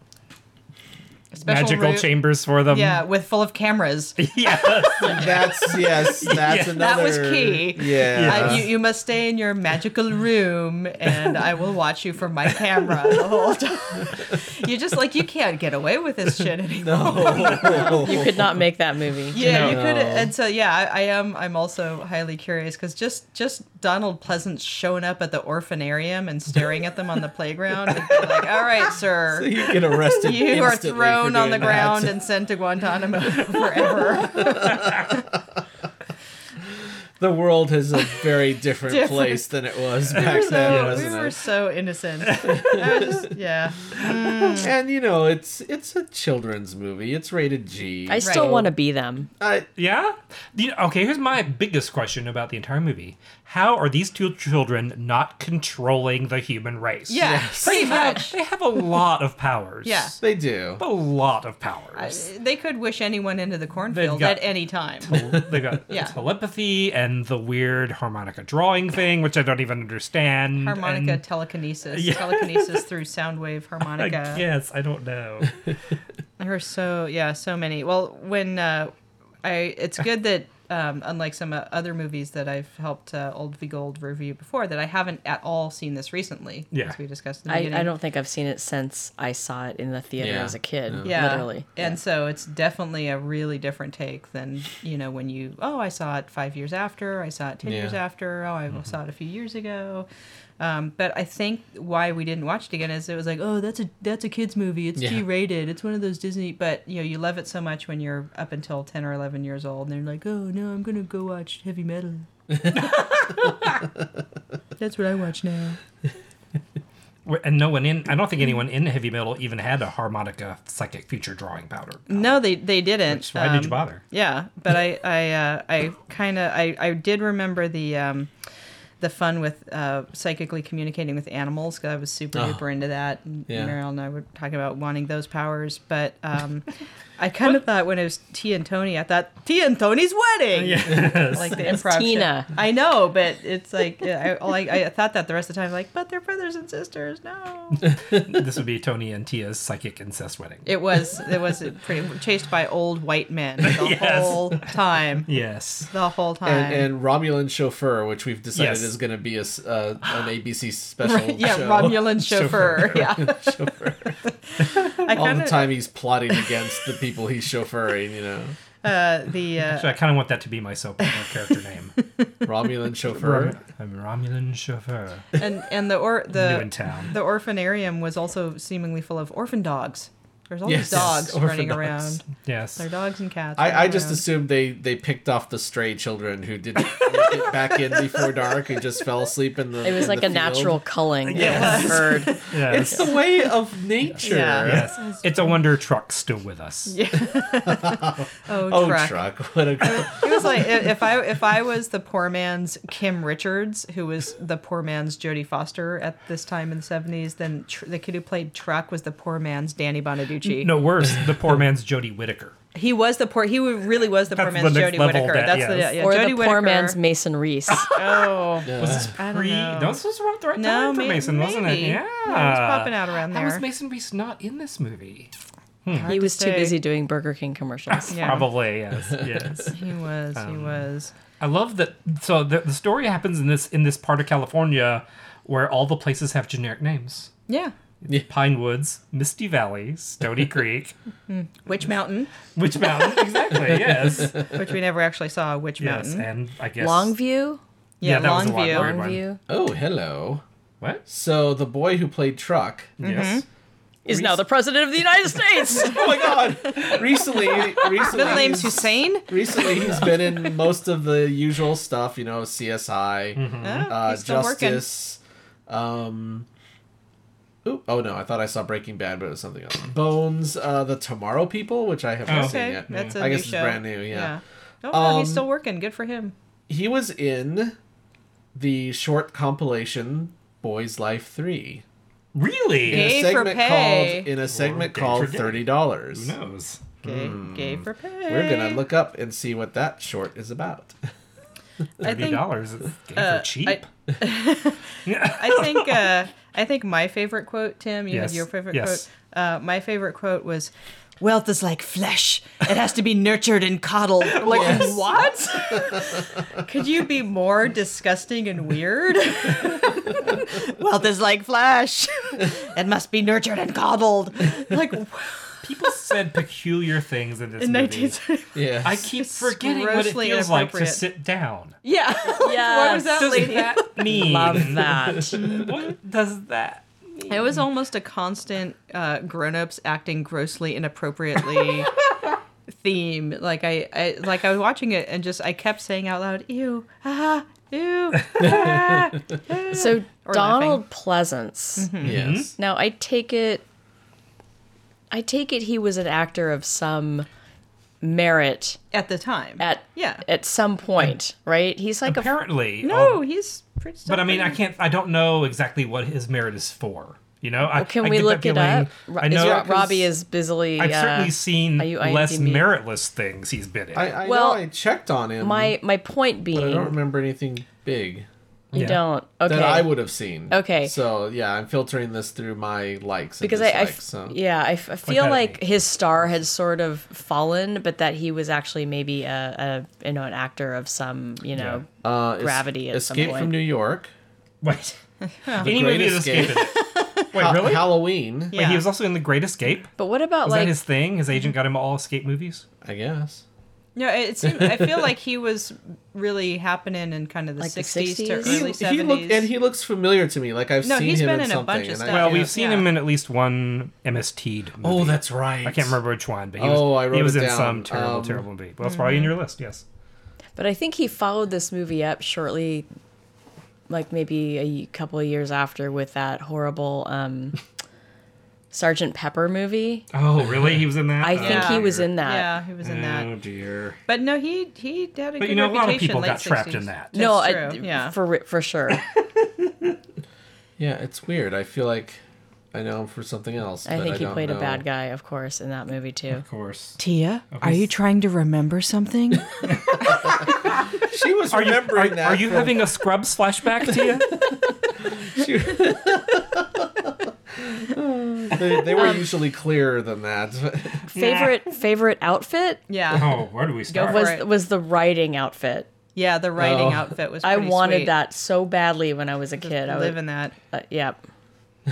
Speaker 2: Special
Speaker 3: magical
Speaker 2: route-
Speaker 3: chambers for them.
Speaker 2: yeah with full of cameras
Speaker 3: Yeah.
Speaker 1: that's
Speaker 2: <laughs>
Speaker 1: yes. That's
Speaker 3: Yeah.
Speaker 1: another.
Speaker 2: That was key.
Speaker 1: Yeah.
Speaker 2: I,
Speaker 1: <laughs>
Speaker 2: you, you must stay in your magical room and I will watch you from my camera the whole time. you just like, you can't get away with this
Speaker 1: <laughs>
Speaker 2: shit anymore.
Speaker 1: No.
Speaker 4: You could not make that movie.
Speaker 1: <laughs>
Speaker 2: Yeah,
Speaker 3: No.
Speaker 2: you could. And so, yeah, I, I am. I'm also highly curious because just just Donald Pleasance showing up at the orphanarium and staring at them on the playground, and be like,
Speaker 1: <laughs>
Speaker 2: "All right, sir,
Speaker 1: You get arrested.
Speaker 2: you are
Speaker 1: instantly for
Speaker 2: thrown on the
Speaker 1: doing that.
Speaker 2: ground and sent to Guantanamo <laughs> forever."
Speaker 1: the world is a very different,
Speaker 2: Different.
Speaker 1: place than it was back
Speaker 2: we were
Speaker 1: then,
Speaker 2: so, we
Speaker 1: wasn't
Speaker 2: were
Speaker 1: it? <laughs>
Speaker 2: so innocent. I was just, yeah.
Speaker 1: And you know, it's it's a children's movie. It's rated G.
Speaker 4: I still
Speaker 2: Right.
Speaker 4: want to be them.
Speaker 1: I-
Speaker 3: Yeah. The- okay, here's my biggest question about the entire movie. How are these two children not controlling the human race?
Speaker 2: Yeah,
Speaker 1: <laughs>
Speaker 2: pretty
Speaker 3: They have-
Speaker 2: much.
Speaker 3: They have a lot of powers.
Speaker 2: Yeah.
Speaker 1: they do.
Speaker 3: A lot of powers.
Speaker 2: Uh, They could wish anyone into the cornfield
Speaker 3: got-
Speaker 2: at any time.
Speaker 3: they got
Speaker 2: <laughs> Yeah.
Speaker 3: telepathy and the weird harmonica drawing thing, which I don't even understand.
Speaker 2: Harmonica
Speaker 3: and-
Speaker 2: telekinesis.
Speaker 3: Yeah.
Speaker 2: Telekinesis through sound wave
Speaker 3: <laughs> I
Speaker 2: harmonica.
Speaker 3: guess I don't know.
Speaker 2: There are so yeah, so many. Well, when uh, I,
Speaker 3: <laughs>
Speaker 2: it's good that um, unlike some uh, other movies that I've helped uh, Old Gold review before, that I haven't at all seen this recently.
Speaker 3: Yeah.
Speaker 2: as we discussed. In the
Speaker 4: I,
Speaker 2: beginning.
Speaker 4: I don't think I've seen it since I saw it in the theater
Speaker 1: Yeah.
Speaker 4: as a kid.
Speaker 2: Yeah,
Speaker 4: Literally.
Speaker 2: And so it's definitely a really different take than you know when you oh I saw it five years after I saw it ten years
Speaker 1: Yeah. Mm-hmm.
Speaker 2: after oh I saw it a few years ago. Um, but I think why we didn't watch it again is it was like oh that's a that's a kids movie it's
Speaker 1: Yeah.
Speaker 2: G rated it's one of those Disney but you know you love it so much when you're up until ten or eleven years old and they're like oh no I'm gonna go watch heavy metal.
Speaker 1: <laughs>
Speaker 2: that's what I watch now.
Speaker 3: and no one in, I don't think anyone in heavy metal even had a harmonica psychic future drawing powder.
Speaker 2: No, they they didn't.
Speaker 3: Why did you
Speaker 2: Um,
Speaker 3: bother?
Speaker 2: <laughs> Yeah, but I I uh, I kind of I I did remember the um the fun with uh, psychically communicating with animals because I was super
Speaker 1: Oh.
Speaker 2: duper into that. And
Speaker 1: Yeah.
Speaker 2: Meryl and I were talking about wanting those powers, but um, I kind of thought when it was Tia and Tony, I thought Tia and Tony's
Speaker 3: <laughs>
Speaker 2: wedding. Like the
Speaker 4: It's
Speaker 2: improv shit.
Speaker 4: Tina.
Speaker 2: I know, but it's like yeah, I, like I thought that the rest of the time, like, but they're brothers and sisters. No,
Speaker 3: this would be Tony and Tia's psychic incest wedding.
Speaker 2: it was it was pretty chased by old white men the
Speaker 3: <laughs> Yes.
Speaker 2: whole time.
Speaker 3: Yes.
Speaker 2: The whole time.
Speaker 1: And,
Speaker 2: <laughs>
Speaker 1: and Romulan Chauffeur, which we've decided
Speaker 3: Yes.
Speaker 1: is going to be a, s- uh, an ABC special
Speaker 2: <laughs> yeah,
Speaker 1: show.
Speaker 2: Romulan chauffeur. Yeah,
Speaker 1: <laughs> Chauffeur.
Speaker 2: I
Speaker 1: All
Speaker 2: kind
Speaker 1: the
Speaker 2: of
Speaker 1: time he's plotting against the people he's chauffeuring, you know.
Speaker 2: uh, the uh,
Speaker 3: So I kind of want that to be my soap opera character
Speaker 2: <laughs>
Speaker 3: name.
Speaker 1: Romulan Chauffeur.
Speaker 3: Rom- I'm Romulan chauffeur.
Speaker 2: and and the or
Speaker 3: New
Speaker 2: the
Speaker 3: in town.
Speaker 2: the orphanarium was also seemingly full of orphan dogs. There's all
Speaker 1: Yes,
Speaker 2: these dogs
Speaker 1: orphan
Speaker 2: running
Speaker 1: dogs.
Speaker 2: around.
Speaker 3: Yes.
Speaker 2: They're dogs and cats.
Speaker 1: I, I
Speaker 2: running
Speaker 1: just
Speaker 2: around.
Speaker 1: assumed they, they picked off the stray children who didn't make it back in before dark, who just fell asleep in the.
Speaker 4: It was
Speaker 1: in
Speaker 4: like a
Speaker 1: the field.
Speaker 4: natural culling.
Speaker 1: Yes.
Speaker 4: Yes. Bird.
Speaker 1: It's
Speaker 3: Yes.
Speaker 1: the way of nature.
Speaker 2: Yeah.
Speaker 3: Yes. It's a wonder truck's still with us.
Speaker 2: Oh,
Speaker 1: Oh,
Speaker 2: truck.
Speaker 1: truck. What a
Speaker 2: It was like if if I if I was the poor man's Kim Richards, who was the poor man's Jodie Foster at this time in the seventies, then tr- the kid who played Truck was the poor man's Danny Bonaducci.
Speaker 3: No, worse, the
Speaker 2: <laughs>
Speaker 3: poor man's Jodie Whittaker.
Speaker 2: he was the poor. He really was the poor
Speaker 3: That's
Speaker 2: man's
Speaker 3: the
Speaker 2: Jodie
Speaker 3: next level
Speaker 2: Whittaker.
Speaker 3: that-
Speaker 2: That's the yeah, <laughs>
Speaker 3: yes.
Speaker 2: yeah,
Speaker 4: Or
Speaker 2: Jodie
Speaker 4: the poor
Speaker 2: Whittaker.
Speaker 4: man's Mason Reese.
Speaker 2: <laughs> Oh.
Speaker 3: Was this
Speaker 2: I don't
Speaker 3: pre?
Speaker 2: know.
Speaker 3: This was around the right
Speaker 2: No,
Speaker 3: time for
Speaker 2: may-
Speaker 3: Mason, wasn't it?
Speaker 2: maybe.
Speaker 3: Yeah.
Speaker 2: No, it was popping out around
Speaker 3: How was
Speaker 2: there.
Speaker 3: Mason Reese not in this movie?
Speaker 4: He was too
Speaker 2: say.
Speaker 4: busy doing Burger King commercials.
Speaker 2: Yeah.
Speaker 3: Probably yes. Yes.
Speaker 2: He was. he was.
Speaker 3: I love that. So the, the story happens in this in this part of California where all the places have generic names:
Speaker 2: Yeah.
Speaker 3: Pine Woods, Misty Valley, Stony
Speaker 2: <laughs>
Speaker 3: Creek,
Speaker 2: Witch Mountain,
Speaker 3: Witch Mountain. <laughs> Exactly. Yes.
Speaker 2: which we never actually saw. Witch
Speaker 3: Yes.
Speaker 2: Mountain.
Speaker 3: And I guess
Speaker 4: Longview?
Speaker 2: Yeah,
Speaker 3: that was a lot
Speaker 2: Longview.
Speaker 3: longer. Good one.
Speaker 4: Longview
Speaker 1: Oh, hello.
Speaker 3: What?
Speaker 1: So the boy who played truck.
Speaker 3: Yes.
Speaker 4: is now the president of the United <laughs> States.
Speaker 1: <laughs> Oh my God! Recently, recently,
Speaker 2: Middle name's
Speaker 1: he's-
Speaker 2: Hussein.
Speaker 1: recently he's been in most of the usual stuff. You know, CSI,
Speaker 2: Oh, <laughs>
Speaker 3: Mm-hmm.
Speaker 1: uh,
Speaker 2: he's still working.
Speaker 1: Justice. Um, ooh, oh no, I thought I saw Breaking Bad, but it was something
Speaker 2: <clears throat>
Speaker 1: else. Bones, uh, the Tomorrow People, which I haven't
Speaker 3: Oh.
Speaker 1: seen
Speaker 2: Okay,
Speaker 1: yet.
Speaker 2: that's a
Speaker 1: I guess
Speaker 2: new
Speaker 1: it's
Speaker 2: show.
Speaker 1: brand new. yeah.
Speaker 2: Oh, no,
Speaker 1: Um,
Speaker 2: he's still working. Good for him.
Speaker 1: he was in the short compilation Boys Life Three.
Speaker 3: Really?
Speaker 1: In a
Speaker 2: Pay for
Speaker 1: segment
Speaker 2: pay.
Speaker 1: called in a segment
Speaker 3: day
Speaker 1: called
Speaker 3: for day.
Speaker 1: Thirty Dollars.
Speaker 3: Who knows?
Speaker 2: Gay, gay
Speaker 3: Hmm.
Speaker 2: for pay.
Speaker 1: We're gonna look up and see what that short is about. <laughs>
Speaker 2: I
Speaker 3: Thirty
Speaker 2: think.
Speaker 3: dollars. It's game
Speaker 2: uh,
Speaker 3: for cheap.
Speaker 2: I-
Speaker 3: <laughs>
Speaker 2: I think. Uh, I think my favorite quote, Tim. You
Speaker 3: Yes,
Speaker 2: had your favorite
Speaker 3: yes.
Speaker 2: quote. Uh, my favorite quote was. Wealth is like flesh. It has to be nurtured and
Speaker 3: <laughs>
Speaker 2: coddled. I'm Like, what? <laughs> Could you be more disgusting and weird? <laughs> Wealth is like flesh. <laughs> It must be nurtured and coddled. Like,
Speaker 3: People <laughs> said peculiar things in this
Speaker 2: in
Speaker 3: movie.
Speaker 2: 1970.
Speaker 1: Yeah.
Speaker 3: I keep
Speaker 2: It's
Speaker 3: forgetting what it
Speaker 2: grossly
Speaker 3: feels like to
Speaker 2: inappropriate.
Speaker 3: sit down.
Speaker 2: Yeah. What was that
Speaker 4: Yes.
Speaker 2: lady?
Speaker 3: Mean.
Speaker 4: Love that.
Speaker 3: <laughs>
Speaker 4: <laughs>
Speaker 3: What does that?
Speaker 2: It was almost a constant uh, grown-ups acting grossly <laughs> inappropriately theme. Like I, I, like I was watching it and just I kept saying out loud, "Ew, ah, <laughs> ew." ah."
Speaker 4: So
Speaker 2: Or
Speaker 4: Donald
Speaker 2: laughing.
Speaker 4: Pleasance.
Speaker 3: Mm-hmm.
Speaker 1: Yes.
Speaker 4: Now I take it I take it he was an actor of some merit
Speaker 2: At the time,
Speaker 4: at
Speaker 2: yeah,
Speaker 4: at some point, right? He's like a
Speaker 3: Apparently.
Speaker 2: no,
Speaker 3: um,
Speaker 2: he's pretty. still
Speaker 3: but I mean, I
Speaker 2: pretty-
Speaker 3: can't. I don't know exactly what his merit is for. You know. I,
Speaker 4: Can
Speaker 3: I
Speaker 4: we
Speaker 3: get that
Speaker 4: look it
Speaker 3: feeling-
Speaker 4: up? Ro-
Speaker 3: I know.
Speaker 4: is, Ro-
Speaker 3: 'cause
Speaker 4: Robbie is busily
Speaker 3: I've
Speaker 4: uh,
Speaker 3: certainly seen
Speaker 4: are you
Speaker 3: less
Speaker 4: IMDb?
Speaker 3: meritless things he's been in.
Speaker 1: I, I
Speaker 4: Well,
Speaker 1: know I checked on him.
Speaker 4: my my point
Speaker 1: but I
Speaker 4: being
Speaker 1: don't remember anything big
Speaker 4: you
Speaker 3: Yeah.
Speaker 4: don't okay
Speaker 1: that I would have seen.
Speaker 4: Okay.
Speaker 1: So yeah, I'm filtering this through my likes and
Speaker 4: because I, I f-
Speaker 1: dislikes. so.
Speaker 4: yeah I, f- I feel
Speaker 3: that at
Speaker 4: like
Speaker 3: me.
Speaker 4: his star had sort of fallen, but that he was actually maybe a, a you know an actor of some you know
Speaker 1: Uh, es-
Speaker 4: Gravity at some
Speaker 1: Escape
Speaker 4: point.
Speaker 1: from New York.
Speaker 3: Wait. Any movie
Speaker 1: Great
Speaker 3: is escaping. Wait,
Speaker 1: Ha-
Speaker 3: Uh, really?
Speaker 1: Halloween.
Speaker 2: Yeah.
Speaker 3: Wait, he was also in The Great Escape.
Speaker 4: But what about
Speaker 3: Was
Speaker 4: like
Speaker 3: that his thing? His agent got him all escape movies.
Speaker 1: I guess.
Speaker 2: No, it seemed. I feel like he was really happening in kind of the
Speaker 4: Like the
Speaker 2: '60s, to
Speaker 4: 60s?
Speaker 1: He,
Speaker 2: early '70s.
Speaker 1: he look- and he looks familiar to me. Like I've
Speaker 2: No,
Speaker 1: seen
Speaker 2: he's
Speaker 1: him
Speaker 2: been
Speaker 1: in
Speaker 2: in a
Speaker 1: something.
Speaker 2: bunch of
Speaker 1: and I-
Speaker 2: stuff.
Speaker 3: Well,
Speaker 2: Yeah.
Speaker 3: we've seen
Speaker 2: Yeah.
Speaker 3: him in at least one MST'd. Movie.
Speaker 1: Oh, that's right.
Speaker 3: I can't remember which one, but he was,
Speaker 1: Oh, I wrote
Speaker 3: he was
Speaker 1: it
Speaker 3: in
Speaker 1: down.
Speaker 3: some terrible,
Speaker 1: Um,
Speaker 3: terrible movie. Well, it's probably in your list, yes.
Speaker 4: But I think he followed this movie up shortly, like maybe a y- couple of years after, with that horrible um, Sergeant Pepper movie.
Speaker 3: Oh, <laughs> really? He was in that?
Speaker 4: I think
Speaker 3: oh,
Speaker 4: he
Speaker 2: Yeah.
Speaker 4: was in that.
Speaker 2: Yeah, he was in
Speaker 3: Oh,
Speaker 2: that.
Speaker 3: dear.
Speaker 2: But no, he he had a
Speaker 3: But
Speaker 2: good
Speaker 3: you know, a lot of
Speaker 2: reputation
Speaker 3: people
Speaker 2: late
Speaker 3: got trapped
Speaker 2: 60s.
Speaker 3: in that.
Speaker 4: No,
Speaker 2: That's
Speaker 4: I,
Speaker 2: true, yeah.
Speaker 4: for for sure.
Speaker 1: Yeah, it's weird. I feel like I know him for something else.
Speaker 4: I
Speaker 1: but
Speaker 4: think he
Speaker 1: don't
Speaker 4: played a
Speaker 1: know.
Speaker 4: bad guy, of course, in that
Speaker 3: <laughs>
Speaker 4: movie too.
Speaker 3: Of course.
Speaker 2: Tia, are you trying to remember something?
Speaker 1: <laughs> She was
Speaker 3: Are you,
Speaker 1: remembering
Speaker 3: are-
Speaker 1: that.
Speaker 3: are you
Speaker 1: from-
Speaker 3: having a Scrubs flashback to
Speaker 1: <laughs>
Speaker 3: you? <laughs>
Speaker 1: She- they, they
Speaker 4: Um.
Speaker 1: were usually clearer than that.
Speaker 4: Favorite favorite outfit
Speaker 2: <laughs> yeah,
Speaker 3: oh, where do we start?
Speaker 4: was
Speaker 2: Right.
Speaker 4: was the riding outfit.
Speaker 2: yeah. The riding
Speaker 1: Oh.
Speaker 2: outfit was.
Speaker 4: I
Speaker 2: pretty
Speaker 4: wanted
Speaker 2: sweet.
Speaker 4: that so badly when I was a kid. I
Speaker 2: Live
Speaker 4: was,
Speaker 2: in that.
Speaker 4: uh, yep.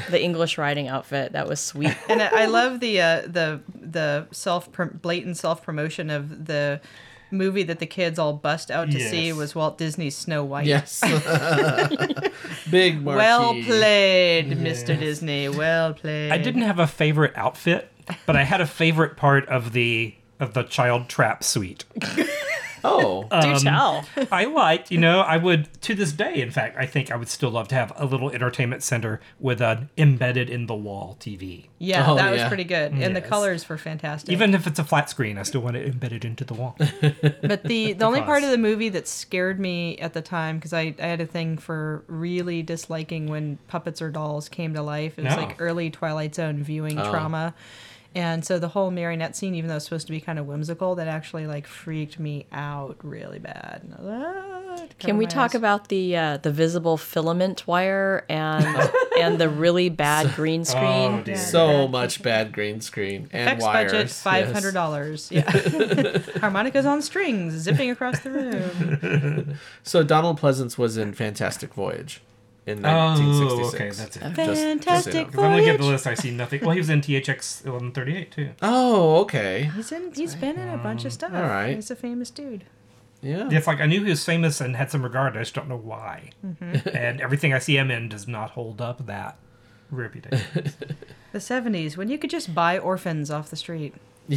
Speaker 4: The English riding outfit that was
Speaker 2: <laughs>
Speaker 4: sweet.
Speaker 2: and I I love the uh, the the self blatant self promotion of the movie that the kids all bust out to see
Speaker 3: Yes.
Speaker 2: was Walt Disney's Snow White.
Speaker 1: <laughs> yes. <laughs> Big marquee.
Speaker 2: Well played, Mr. Disney. Well played.
Speaker 3: I didn't have a favorite outfit, but I had a favorite part of the of the child trap suite.
Speaker 1: <laughs> Oh,
Speaker 3: Um,
Speaker 4: Do <laughs> tell.
Speaker 3: I liked, you know, I would to this day. In fact, I think I would still love to have a little entertainment center with an embedded in the wall TV.
Speaker 2: Yeah,
Speaker 1: Oh,
Speaker 2: that was
Speaker 1: yeah.
Speaker 2: pretty good, and the
Speaker 3: Yes.
Speaker 2: colors were fantastic.
Speaker 3: Even if it's a flat screen, I still want it embedded into the wall.
Speaker 1: <laughs>
Speaker 2: but the the only part
Speaker 3: cost.
Speaker 2: of the movie that scared me at the time because I, I had a thing for really disliking when puppets or dolls came to life it was
Speaker 3: No.
Speaker 2: like early twilight zone viewing trauma and so the whole marionette scene even though it's supposed to be kind of whimsical that actually like freaked me out really bad And I was like, "Ah," to cover
Speaker 4: Can we
Speaker 2: my
Speaker 4: talk
Speaker 2: eyes.
Speaker 4: about the uh, the visible filament wire
Speaker 2: <laughs>
Speaker 4: and and the really bad green screen?
Speaker 3: Oh, dear.
Speaker 1: so much bad green screen and
Speaker 2: X
Speaker 1: wires.
Speaker 2: budget
Speaker 1: yes.
Speaker 2: five hundred dollars.
Speaker 1: <laughs>
Speaker 2: Yeah, harmonicas on strings, zipping across the room.
Speaker 1: So Donald Pleasance was in Fantastic Voyage in
Speaker 3: Oh,
Speaker 1: 1966.
Speaker 3: okay, that's it.
Speaker 2: Fantastic
Speaker 1: Because
Speaker 3: If I look at
Speaker 2: voyage.
Speaker 3: the list, I see nothing. Well, he was in THX 1138 too.
Speaker 1: Oh, okay.
Speaker 2: He's in. He's been in a bunch of stuff.
Speaker 1: all right.
Speaker 2: He's a famous dude.
Speaker 1: Yeah.
Speaker 3: It's like I knew he was famous and had some regard. I just don't know why. and everything I see him in does not hold up that reputation.
Speaker 2: The 70s, when you could just buy orphans off the street.
Speaker 1: <laughs>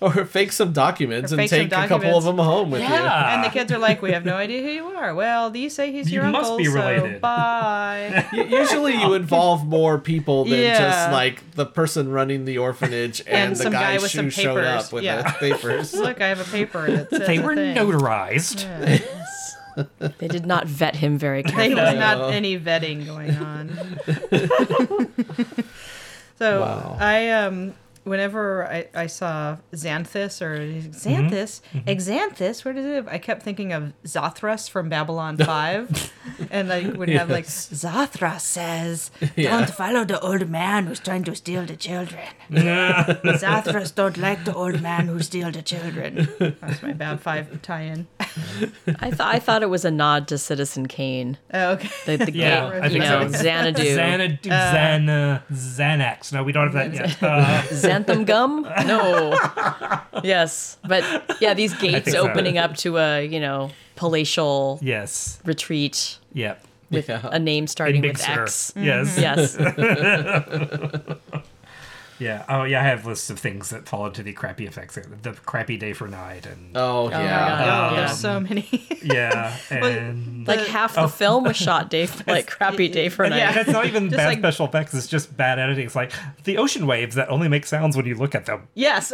Speaker 1: Or fake some documents
Speaker 2: Or
Speaker 1: and
Speaker 2: fake some
Speaker 1: take a couple of
Speaker 2: documents.
Speaker 1: them home with you.
Speaker 2: And the kids are like, we have no idea who you are. Well, these say he's
Speaker 3: Ah. You
Speaker 2: your
Speaker 3: must
Speaker 2: uncle,
Speaker 3: be
Speaker 2: so
Speaker 3: related. <laughs>
Speaker 2: bye.
Speaker 1: U- Usually you involve more people than just
Speaker 2: Yeah.
Speaker 1: like the person running the papers. and,
Speaker 2: <laughs> And
Speaker 1: the
Speaker 2: some
Speaker 1: guy,
Speaker 2: guy with
Speaker 1: who
Speaker 2: some
Speaker 1: showed
Speaker 2: papers.
Speaker 1: up with
Speaker 2: Yeah. <laughs>
Speaker 1: the papers. Oh,
Speaker 2: Look, I have a paper that says
Speaker 3: they
Speaker 2: a
Speaker 3: were
Speaker 2: thing.
Speaker 3: notarized.
Speaker 4: They did not vet
Speaker 2: <laughs>
Speaker 4: him very
Speaker 2: There
Speaker 4: carefully.
Speaker 2: was
Speaker 1: No.
Speaker 2: not any vetting going on. so
Speaker 1: Wow.
Speaker 2: I um whenever I, I saw Xanthus or Xanthus,
Speaker 3: Mm-hmm.
Speaker 2: Xanthus, where does it live? I kept thinking of Zathras from
Speaker 3: <laughs>
Speaker 2: Babylon Five. and I would have like Zathras says, Don't
Speaker 1: Yeah.
Speaker 2: follow the old man who's trying to steal the children.
Speaker 3: <laughs>
Speaker 2: Zathras don't like the old man who steal the children. That's my Bab Five tie in.
Speaker 4: I thought I thought it was a nod to Citizen Kane.
Speaker 2: Oh, okay.
Speaker 4: The,
Speaker 3: <laughs>
Speaker 4: the
Speaker 3: Yeah,
Speaker 4: game,
Speaker 3: I
Speaker 4: you
Speaker 3: think
Speaker 4: know,
Speaker 3: so.
Speaker 4: Xanadu,
Speaker 3: Xanadu, Xana, Xanax. No, we don't have that yet. Uh, <laughs>
Speaker 4: xanthan gum. No. yes, but yeah, these gates
Speaker 3: think so.
Speaker 4: opening up to a you know palatial
Speaker 3: yes.
Speaker 4: retreat
Speaker 3: Yep.
Speaker 4: with
Speaker 1: Yeah.
Speaker 4: a name starting
Speaker 3: In Big
Speaker 4: with
Speaker 3: Sur. <laughs>
Speaker 4: X.
Speaker 2: Mm-hmm.
Speaker 3: Yes.
Speaker 4: Yes.
Speaker 3: Yeah. Oh, yeah. I have lists of things that fall into the crappy effects. uh, The crappy day for night, and
Speaker 1: Oh,
Speaker 4: my
Speaker 1: yeah.
Speaker 4: God.
Speaker 3: Ah,
Speaker 2: Oh,
Speaker 4: Um,
Speaker 2: there's so many. <laughs>
Speaker 3: yeah, and <laughs>
Speaker 4: Like half the film was shot day like crappy day for night.
Speaker 2: Yeah.
Speaker 3: And it's not even
Speaker 2: Just
Speaker 3: bad
Speaker 2: like-
Speaker 3: special effects. It's just bad editing. It's like the ocean waves that only make sounds when you look at them.
Speaker 2: Yes.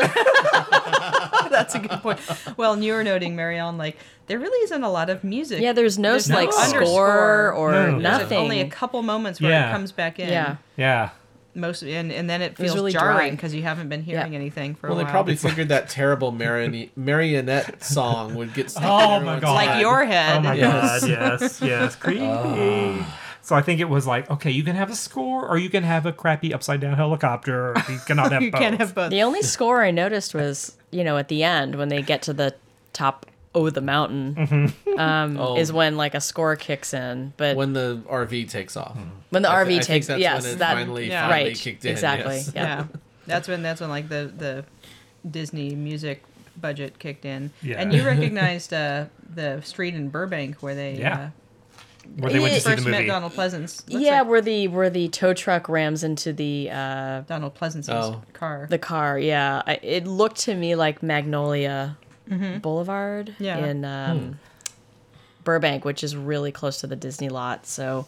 Speaker 2: That's a good point. Well, and you were noting, Marianne, like there really isn't a lot of music.
Speaker 4: Yeah, there's no,
Speaker 2: There's no
Speaker 4: like
Speaker 2: underscore.
Speaker 4: score or
Speaker 3: No. There's
Speaker 2: There's
Speaker 4: nothing.
Speaker 2: only a couple moments where
Speaker 3: Yeah.
Speaker 2: it comes back in.
Speaker 4: yeah.
Speaker 3: Yeah.
Speaker 2: Most and, and then it
Speaker 4: was
Speaker 2: feels
Speaker 4: really
Speaker 2: jarring
Speaker 4: dry.
Speaker 2: because you haven't been hearing
Speaker 4: Yeah.
Speaker 2: anything for
Speaker 1: Well,
Speaker 2: a
Speaker 1: they
Speaker 2: while.
Speaker 1: probably figured that terrible marione- marionette song would get stuck.
Speaker 3: Oh,
Speaker 1: in
Speaker 3: my
Speaker 1: everyone's
Speaker 3: God.
Speaker 2: like
Speaker 1: mind.
Speaker 2: your head.
Speaker 3: Oh
Speaker 2: <laughs>
Speaker 3: my
Speaker 1: Yes.
Speaker 3: god. <laughs> Yes. Yes. Creepy. So I think it was like, okay, you can have a score, or you can have a crappy upside down helicopter. Or you
Speaker 2: <laughs>
Speaker 3: cannot have
Speaker 2: you
Speaker 3: both.
Speaker 2: can't have both.
Speaker 4: The only score I noticed was, you know, at the end when they get to the top of the mountain, um,
Speaker 1: <laughs> Oh.
Speaker 4: is when like a score kicks in. But
Speaker 1: <laughs> When
Speaker 4: when,
Speaker 1: the RV takes off.
Speaker 3: Mm-hmm.
Speaker 4: the
Speaker 1: I
Speaker 4: RV
Speaker 1: thi- I think
Speaker 4: takes,
Speaker 1: that's
Speaker 4: yes,
Speaker 1: when it
Speaker 4: that
Speaker 1: finally,
Speaker 2: yeah.
Speaker 1: finally
Speaker 4: right,
Speaker 1: kicked in.
Speaker 4: exactly,
Speaker 1: yes. <laughs>
Speaker 4: yeah.
Speaker 2: yeah. That's when that's when like the the Disney music budget kicked in.
Speaker 3: Yeah.
Speaker 2: And
Speaker 3: <laughs>
Speaker 2: you recognized uh, the street in Burbank where they
Speaker 3: Yeah.
Speaker 2: uh,
Speaker 3: Where they went to see the
Speaker 2: first met
Speaker 3: movie.
Speaker 2: Donald Pleasance. Looks
Speaker 4: yeah,
Speaker 2: like
Speaker 4: where the where the tow truck rams into the uh,
Speaker 2: Donald Pleasance's
Speaker 1: Oh.
Speaker 2: car.
Speaker 4: the car. Yeah, I, it looked to me like Magnolia Boulevard
Speaker 2: Mm-hmm. Yeah.
Speaker 3: Hmm.
Speaker 4: in um, Burbank, which is really close to the Disney lot. So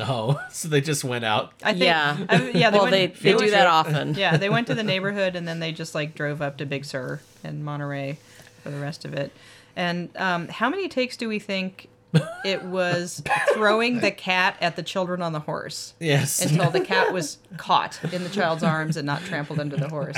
Speaker 1: Oh, so they just went
Speaker 2: <laughs>
Speaker 1: out.
Speaker 2: I think,
Speaker 4: Yeah.
Speaker 2: I- yeah. They went-
Speaker 4: well, they, they do
Speaker 2: went-
Speaker 4: that often.
Speaker 2: Yeah, they went to the neighborhood and then they just like drove up to Big Sur and Monterey for the rest of it. And um, how many takes do we think it was throwing the cat at the children on the horse
Speaker 1: Yes.
Speaker 2: <laughs> until the cat was caught in the child's arms and not trampled under the horse?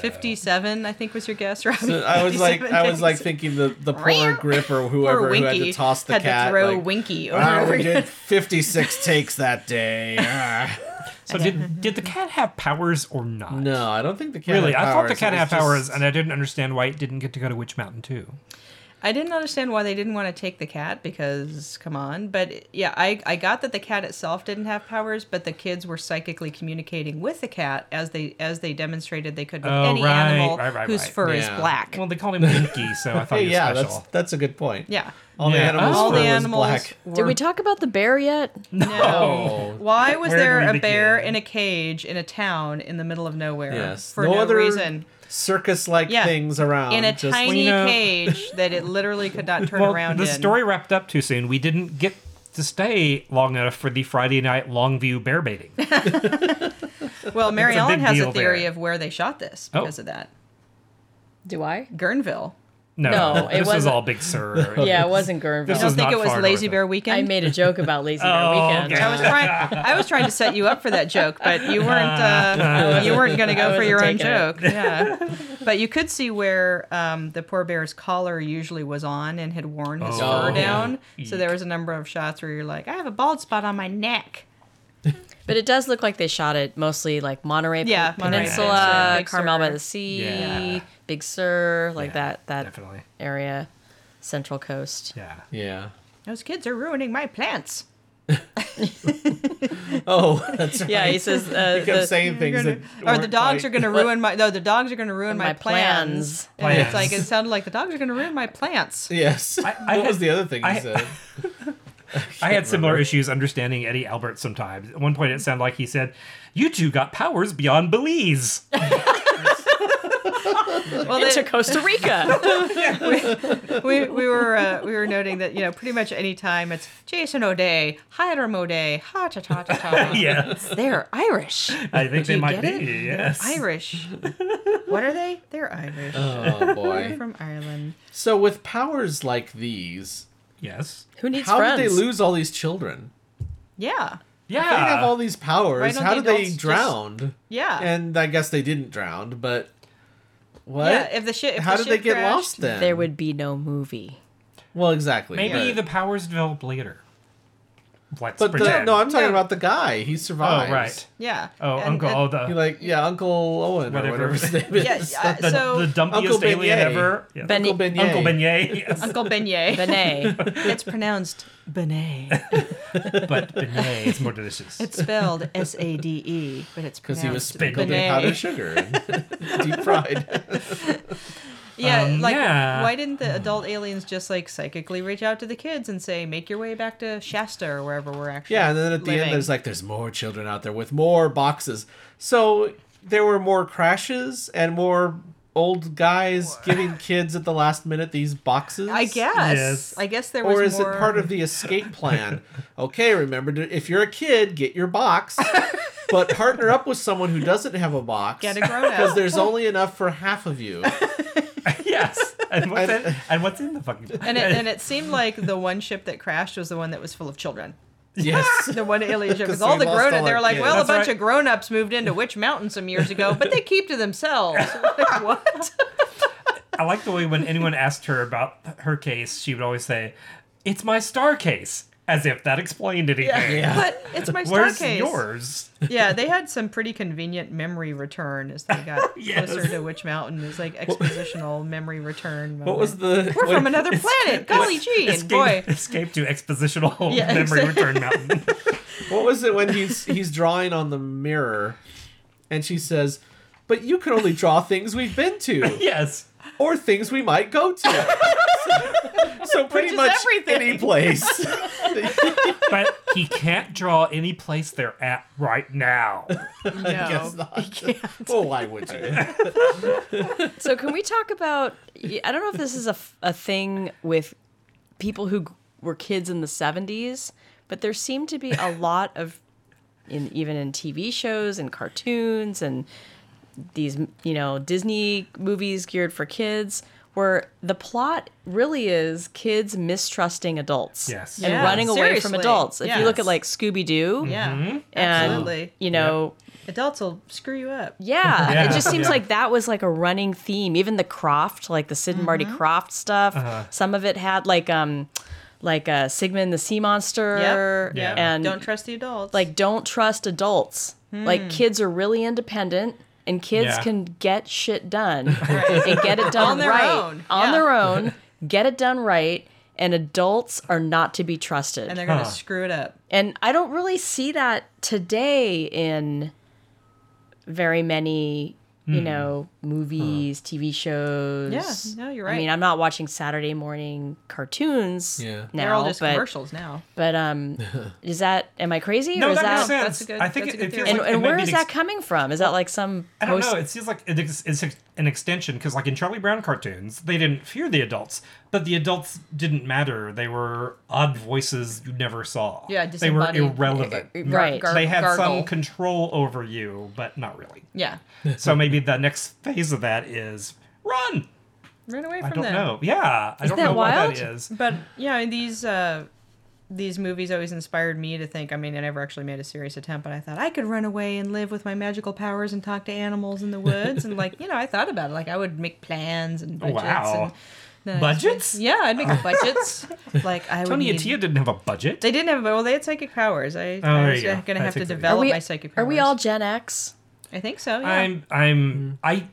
Speaker 2: Fifty-seven, I think, was your guess, Robbie.
Speaker 1: So I
Speaker 2: <laughs>
Speaker 1: was like,
Speaker 2: 57
Speaker 1: I was
Speaker 2: takes.
Speaker 1: like thinking the the poor Grip or whoever
Speaker 2: Poor
Speaker 1: who had to
Speaker 2: Winky
Speaker 1: toss the
Speaker 2: had
Speaker 1: cat.
Speaker 2: to throw
Speaker 1: like,
Speaker 2: Winky over. and
Speaker 1: "Ah,
Speaker 2: <laughs> over
Speaker 1: we
Speaker 2: again.
Speaker 1: did 56 takes that day.
Speaker 2: <laughs>
Speaker 1: Ah."
Speaker 3: So did did the cat have powers or not?
Speaker 1: no, I don't think the cat.
Speaker 3: Really,
Speaker 1: had
Speaker 3: I thought the
Speaker 1: powers.
Speaker 3: cat
Speaker 1: It
Speaker 3: had
Speaker 1: was
Speaker 3: powers,
Speaker 1: just-
Speaker 3: and I didn't understand why it didn't get to go to Witch Mountain too.
Speaker 2: I didn't understand why they didn't want to take the cat because come on, but yeah, I I got that the cat itself didn't have powers, but the kids were psychically communicating with the cat as they as they demonstrated they could with
Speaker 3: Oh,
Speaker 2: any
Speaker 3: right,
Speaker 2: animal
Speaker 3: right, right,
Speaker 2: whose
Speaker 3: right.
Speaker 2: fur
Speaker 1: Yeah.
Speaker 2: is black.
Speaker 3: Well, they called him <laughs> Winky, so I thought
Speaker 1: Hey,
Speaker 3: he was
Speaker 1: yeah,
Speaker 3: special.
Speaker 1: that's that's a good point.
Speaker 2: yeah.
Speaker 1: All the
Speaker 3: Yeah.
Speaker 1: animals
Speaker 2: All
Speaker 1: were
Speaker 2: the
Speaker 1: was
Speaker 2: animals <laughs>
Speaker 1: black.
Speaker 2: were
Speaker 4: Did we talk about the bear yet?
Speaker 2: no.
Speaker 1: Oh.
Speaker 2: Why was
Speaker 3: Where did we
Speaker 2: there a
Speaker 3: begin?
Speaker 2: bear in a cage in a town in the middle of
Speaker 1: <laughs>
Speaker 2: nowhere
Speaker 1: Yes.
Speaker 2: for no, reason?
Speaker 1: circus-like
Speaker 2: Yeah.
Speaker 1: things around.
Speaker 2: In a
Speaker 1: Um, just,
Speaker 2: tiny
Speaker 3: know-
Speaker 1: <laughs>
Speaker 2: cage that it literally could not turn
Speaker 3: well,
Speaker 2: around
Speaker 3: the
Speaker 2: in.
Speaker 3: story wrapped up too soon. We didn't get to stay long enough for the Friday night Longview bear baiting.
Speaker 2: well, Mary
Speaker 3: It's a
Speaker 2: Ellen
Speaker 3: big
Speaker 2: has a
Speaker 3: deal
Speaker 2: theory
Speaker 3: there.
Speaker 2: of where they shot this
Speaker 3: Oh.
Speaker 2: because of that.
Speaker 4: Do I?
Speaker 2: Guerneville.
Speaker 3: No,
Speaker 4: No, it
Speaker 3: this was
Speaker 4: wasn't-
Speaker 3: all Big Sur.
Speaker 4: Yeah, it wasn't Guerneville.
Speaker 3: This
Speaker 2: I
Speaker 3: was
Speaker 2: don't think
Speaker 3: not
Speaker 2: it was
Speaker 3: far
Speaker 2: Lazy
Speaker 3: north.
Speaker 2: Bear Weekend.
Speaker 4: I made a joke about Lazy Bear
Speaker 3: Oh,
Speaker 4: Weekend.
Speaker 3: okay.
Speaker 2: I was trying. I was trying to set you up for that joke, but
Speaker 3: <laughs>
Speaker 2: you weren't. Uh, you weren't going to
Speaker 4: I
Speaker 2: go for
Speaker 4: wasn't
Speaker 2: your own
Speaker 4: taking it.
Speaker 2: joke.
Speaker 4: <laughs>
Speaker 2: Yeah, but you could see where um, the poor bear's collar usually was on and had worn his
Speaker 3: Oh.
Speaker 2: fur down. So
Speaker 3: Eek.
Speaker 2: there was a number of shots where you're like, I have a bald spot on my neck.
Speaker 4: But it does look like they shot it mostly like Monterey
Speaker 2: Yeah,
Speaker 4: Pe-
Speaker 2: Monterey
Speaker 4: Peninsula,
Speaker 2: Peninsula, Big
Speaker 4: Carmel by
Speaker 2: Sur.
Speaker 4: the Sea,
Speaker 3: Yeah.
Speaker 4: Big Sur, like that that
Speaker 3: definitely.
Speaker 4: area, Central Coast.
Speaker 3: Yeah.
Speaker 1: yeah.
Speaker 2: Those kids are ruining my plants.
Speaker 1: Oh, <laughs> that's right.
Speaker 4: Yeah, he
Speaker 3: <laughs>
Speaker 4: says uh,
Speaker 1: Kept
Speaker 4: the-
Speaker 1: saying things that
Speaker 2: Or the
Speaker 1: weren't
Speaker 2: dogs
Speaker 1: quite-
Speaker 2: are <laughs> going to ruin my. No, the dogs are going to ruin my,
Speaker 4: My
Speaker 2: plans.
Speaker 4: plans.
Speaker 2: And it's
Speaker 3: Plans.
Speaker 2: like it sounded like the dogs are going to ruin my plants.
Speaker 1: Yes.
Speaker 3: I
Speaker 1: what was
Speaker 3: had-
Speaker 1: the other thing he <laughs>
Speaker 3: I-
Speaker 1: said?
Speaker 3: I had similar issues understanding Eddie Albert sometimes. At one point, it sounded like he said, You two got powers beyond Belize. <laughs>
Speaker 2: Well, they-
Speaker 4: to Costa Rica.
Speaker 2: we, we were uh, we were noting that you know pretty much any time it's Jason O'Day, Hiram O'Day, ha ta ta ta
Speaker 1: <laughs>
Speaker 2: ta. <laughs>
Speaker 3: yes.
Speaker 2: They're Irish.
Speaker 3: I think
Speaker 2: Do
Speaker 3: they
Speaker 2: you
Speaker 3: might
Speaker 2: get
Speaker 3: be.
Speaker 2: it?
Speaker 3: Yes.
Speaker 2: Irish. What are they? They're Irish.
Speaker 1: Oh
Speaker 2: They're
Speaker 1: boy.
Speaker 2: from Ireland.
Speaker 1: So with powers like these,
Speaker 3: Yes.
Speaker 4: <laughs> Who needs
Speaker 1: how
Speaker 4: friends?
Speaker 1: did they lose all these children?
Speaker 2: Yeah.
Speaker 3: Yeah.
Speaker 1: They have all these
Speaker 2: Why
Speaker 1: powers.
Speaker 2: don't
Speaker 1: How
Speaker 2: the
Speaker 1: did they
Speaker 2: adults just-
Speaker 1: drown?
Speaker 2: Yeah.
Speaker 1: And I guess they didn't drown, but what?
Speaker 2: yeah. If the ship. If
Speaker 1: How
Speaker 2: the
Speaker 1: did they
Speaker 2: ship
Speaker 1: get
Speaker 2: crashed-
Speaker 1: lost then?
Speaker 4: There would be no movie.
Speaker 1: Well, exactly.
Speaker 3: Maybe
Speaker 1: but-
Speaker 3: the powers develop later. Let's
Speaker 1: But the,
Speaker 3: pretend.
Speaker 1: no, I'm talking
Speaker 2: No.
Speaker 1: about the guy. He
Speaker 3: oh,
Speaker 1: survives.
Speaker 3: right.
Speaker 2: Yeah.
Speaker 3: Oh,
Speaker 2: And-
Speaker 3: Uncle.
Speaker 2: and- <laughs>
Speaker 3: oh,
Speaker 1: He
Speaker 3: the,
Speaker 1: like yeah, Uncle Owen
Speaker 3: Whatever.
Speaker 1: or whatever his name is.
Speaker 2: yeah.
Speaker 1: <laughs>
Speaker 2: yeah,
Speaker 3: the,
Speaker 2: uh, so
Speaker 3: the dumpiest
Speaker 1: Uncle Beignet.
Speaker 3: alien ever. Yes.
Speaker 4: Ben-
Speaker 1: Uncle Beignet.
Speaker 3: Uncle Beignet. Yes.
Speaker 1: <laughs>
Speaker 2: Uncle Beignet.
Speaker 4: Benet.
Speaker 2: <laughs> It's pronounced Benet.
Speaker 3: but Beignet is more delicious.
Speaker 2: It's spelled S A D E,
Speaker 1: <laughs>
Speaker 2: but it's
Speaker 1: Because he was
Speaker 2: pronounced
Speaker 1: sprinkled in
Speaker 2: Benet.
Speaker 1: powdered sugar <laughs> and deep fried.
Speaker 2: Yeah,
Speaker 3: Um,
Speaker 2: like
Speaker 3: yeah. Mm.
Speaker 2: why didn't the adult aliens just like psychically reach out to the kids and say, "Make your way back to Shasta or wherever we're actually"?
Speaker 1: Yeah, and then at the
Speaker 2: living.
Speaker 1: end, there's like, there's more children out there with more boxes. So there were more crashes and more old guys
Speaker 2: <laughs>
Speaker 1: giving kids at the last minute these boxes.
Speaker 2: I guess.
Speaker 3: Yes.
Speaker 2: I guess there was.
Speaker 1: Or is
Speaker 2: more...
Speaker 1: it part of the escape
Speaker 2: <laughs>
Speaker 1: plan? okay, remember, to, if you're a kid, get your box, but partner up with someone who doesn't have a box.
Speaker 2: Get a grown-up.
Speaker 1: Because there's only enough for half of
Speaker 2: <laughs>
Speaker 1: you.
Speaker 3: <laughs> yes. And what's,
Speaker 1: And-
Speaker 3: in, and what's in the fucking.
Speaker 2: And
Speaker 3: <laughs>
Speaker 2: it, and it seemed like the one ship that crashed was the one that was full of children.
Speaker 1: Yes.
Speaker 2: <laughs>
Speaker 1: <laughs>
Speaker 2: The one alien ship
Speaker 1: 'Cause
Speaker 2: was all
Speaker 1: we
Speaker 2: the
Speaker 1: lost
Speaker 2: grown.
Speaker 1: all
Speaker 2: They
Speaker 1: our
Speaker 2: were like,
Speaker 1: kids.
Speaker 2: "Well,
Speaker 3: That's
Speaker 2: a bunch
Speaker 3: right.
Speaker 2: of grown-ups moved into Witch Mountain some years ago, but they keep to themselves."
Speaker 1: <laughs>
Speaker 2: Like, what?
Speaker 3: <laughs> I like the way when anyone asked her about her case, she would always say, "It's my star case," as if that explained anything.
Speaker 1: Yeah.
Speaker 2: But it's my star
Speaker 3: Where's
Speaker 2: case.
Speaker 3: yours?
Speaker 2: Yeah, they had some pretty convenient memory return as they got
Speaker 3: <laughs> Yes.
Speaker 2: closer to Witch Mountain. It's like expositional memory return.
Speaker 1: What was the.
Speaker 2: We're
Speaker 1: what-
Speaker 2: from another planet.
Speaker 3: <laughs>
Speaker 2: Golly gee, and
Speaker 3: escape,
Speaker 2: boy. <laughs>
Speaker 3: escape to expositional
Speaker 2: Yeah,
Speaker 3: memory
Speaker 2: exactly.
Speaker 3: return mountain. <laughs>
Speaker 1: What was it when he's he's drawing on the mirror, and she says, "But you can only draw things we've been to,
Speaker 3: yes.
Speaker 1: or things we might go to."
Speaker 2: <laughs>
Speaker 1: so, pretty
Speaker 2: is
Speaker 1: much
Speaker 2: everything.
Speaker 1: any
Speaker 2: <laughs>
Speaker 1: place.
Speaker 3: But he can't draw any place they're at right
Speaker 2: <laughs>
Speaker 3: now.
Speaker 2: No.
Speaker 1: Guess not. Well, why would you?
Speaker 4: <laughs> So can we talk about? I don't know if this is a, f- a thing with people who g- were kids in the seventies, But there seemed
Speaker 1: <laughs>
Speaker 4: to be a lot of, in, even in TV shows and cartoons and these, you know, Disney movies geared for kids, where the plot really is kids mistrusting adults
Speaker 3: Yes.
Speaker 4: and
Speaker 2: Yeah,
Speaker 4: running away from
Speaker 2: seriously.
Speaker 4: adults. If you look at
Speaker 2: Yes.
Speaker 4: like Scooby Doo,
Speaker 2: Yeah.
Speaker 3: Mm-hmm.
Speaker 4: and
Speaker 2: Absolutely.
Speaker 4: you know,
Speaker 2: Adults will screw you up.
Speaker 4: yeah,
Speaker 3: Yeah.
Speaker 4: it just seems
Speaker 3: Yeah.
Speaker 4: like that was like a running theme. Even the Croft, like the Sid and Marty
Speaker 2: Mm-hmm.
Speaker 4: Croft stuff,
Speaker 3: Uh-huh.
Speaker 4: some of it had like um, like uh, Sigmund the Sea Monster,
Speaker 2: Yep. Yep.
Speaker 4: and
Speaker 2: Don't trust the adults.
Speaker 4: like don't trust adults.
Speaker 2: Hmm.
Speaker 4: Like kids are really independent. And kids
Speaker 3: Yeah.
Speaker 4: can get shit
Speaker 2: <laughs>
Speaker 4: done and get it done
Speaker 2: On their
Speaker 4: right
Speaker 2: own.
Speaker 4: on
Speaker 2: Yeah. <laughs>
Speaker 4: their own. Get it done right, and adults are not to be trusted.
Speaker 2: and they're gonna
Speaker 3: Huh.
Speaker 2: screw it up.
Speaker 4: And I don't really see that today in very many, you know, movies, TV shows.
Speaker 2: Yeah, no, you're
Speaker 4: I mean,
Speaker 2: right.
Speaker 4: I'm not watching Saturday morning cartoons
Speaker 1: Yeah.
Speaker 4: now,
Speaker 2: they're all just
Speaker 4: but
Speaker 2: commercials now.
Speaker 4: but <laughs> um, is that am I crazy or
Speaker 3: No,
Speaker 4: is
Speaker 3: that,
Speaker 4: that?
Speaker 3: makes sense.
Speaker 2: that's a good-
Speaker 3: I think
Speaker 2: that's
Speaker 3: it,
Speaker 2: a good
Speaker 3: it feels
Speaker 2: theory.
Speaker 4: And,
Speaker 3: like it
Speaker 4: and
Speaker 3: might
Speaker 4: where
Speaker 3: be
Speaker 4: is
Speaker 3: an
Speaker 4: that coming from? Is that like some
Speaker 3: I don't
Speaker 4: post?
Speaker 3: know. It seems like it is- it's an extension because, like in Charlie Brown cartoons, they didn't fear the adults, but the adults didn't matter. They were odd voices you never saw.
Speaker 2: Yeah,
Speaker 3: they were
Speaker 2: disembodied- eh,
Speaker 3: irrelevant.
Speaker 4: Right. gar-
Speaker 3: they had some
Speaker 2: gargle.
Speaker 3: control over you, but not really.
Speaker 2: Yeah.
Speaker 4: <laughs>
Speaker 3: so maybe the next phase of that is run.
Speaker 2: Run away
Speaker 3: I
Speaker 2: from
Speaker 3: don't
Speaker 2: them.
Speaker 3: know. Yeah, I don't
Speaker 4: that
Speaker 3: know
Speaker 4: wild?
Speaker 3: what that is.
Speaker 2: But yeah, and these uh, these movies always inspired me to think. I mean, I never actually made a serious attempt, but I thought I could run away and live with my magical powers and talk to animals in the woods, and <laughs> like you know, I thought about it. Like I would make plans and budgets.
Speaker 3: Wow.
Speaker 2: And then I just-
Speaker 3: Budgets?
Speaker 2: yeah, I'd make
Speaker 3: <laughs>
Speaker 2: budgets. like I would.
Speaker 3: Tony and
Speaker 2: need-
Speaker 3: Tia didn't have a budget.
Speaker 2: They didn't have. Well, they had psychic powers. I,
Speaker 3: Oh,
Speaker 2: I
Speaker 3: there
Speaker 2: was
Speaker 3: you go.
Speaker 2: going to
Speaker 3: I
Speaker 2: have to
Speaker 3: think we-
Speaker 2: develop
Speaker 4: are we
Speaker 2: my psychic powers.
Speaker 4: are we all Gen X?
Speaker 2: I think so. Yeah.
Speaker 3: I'm I'm I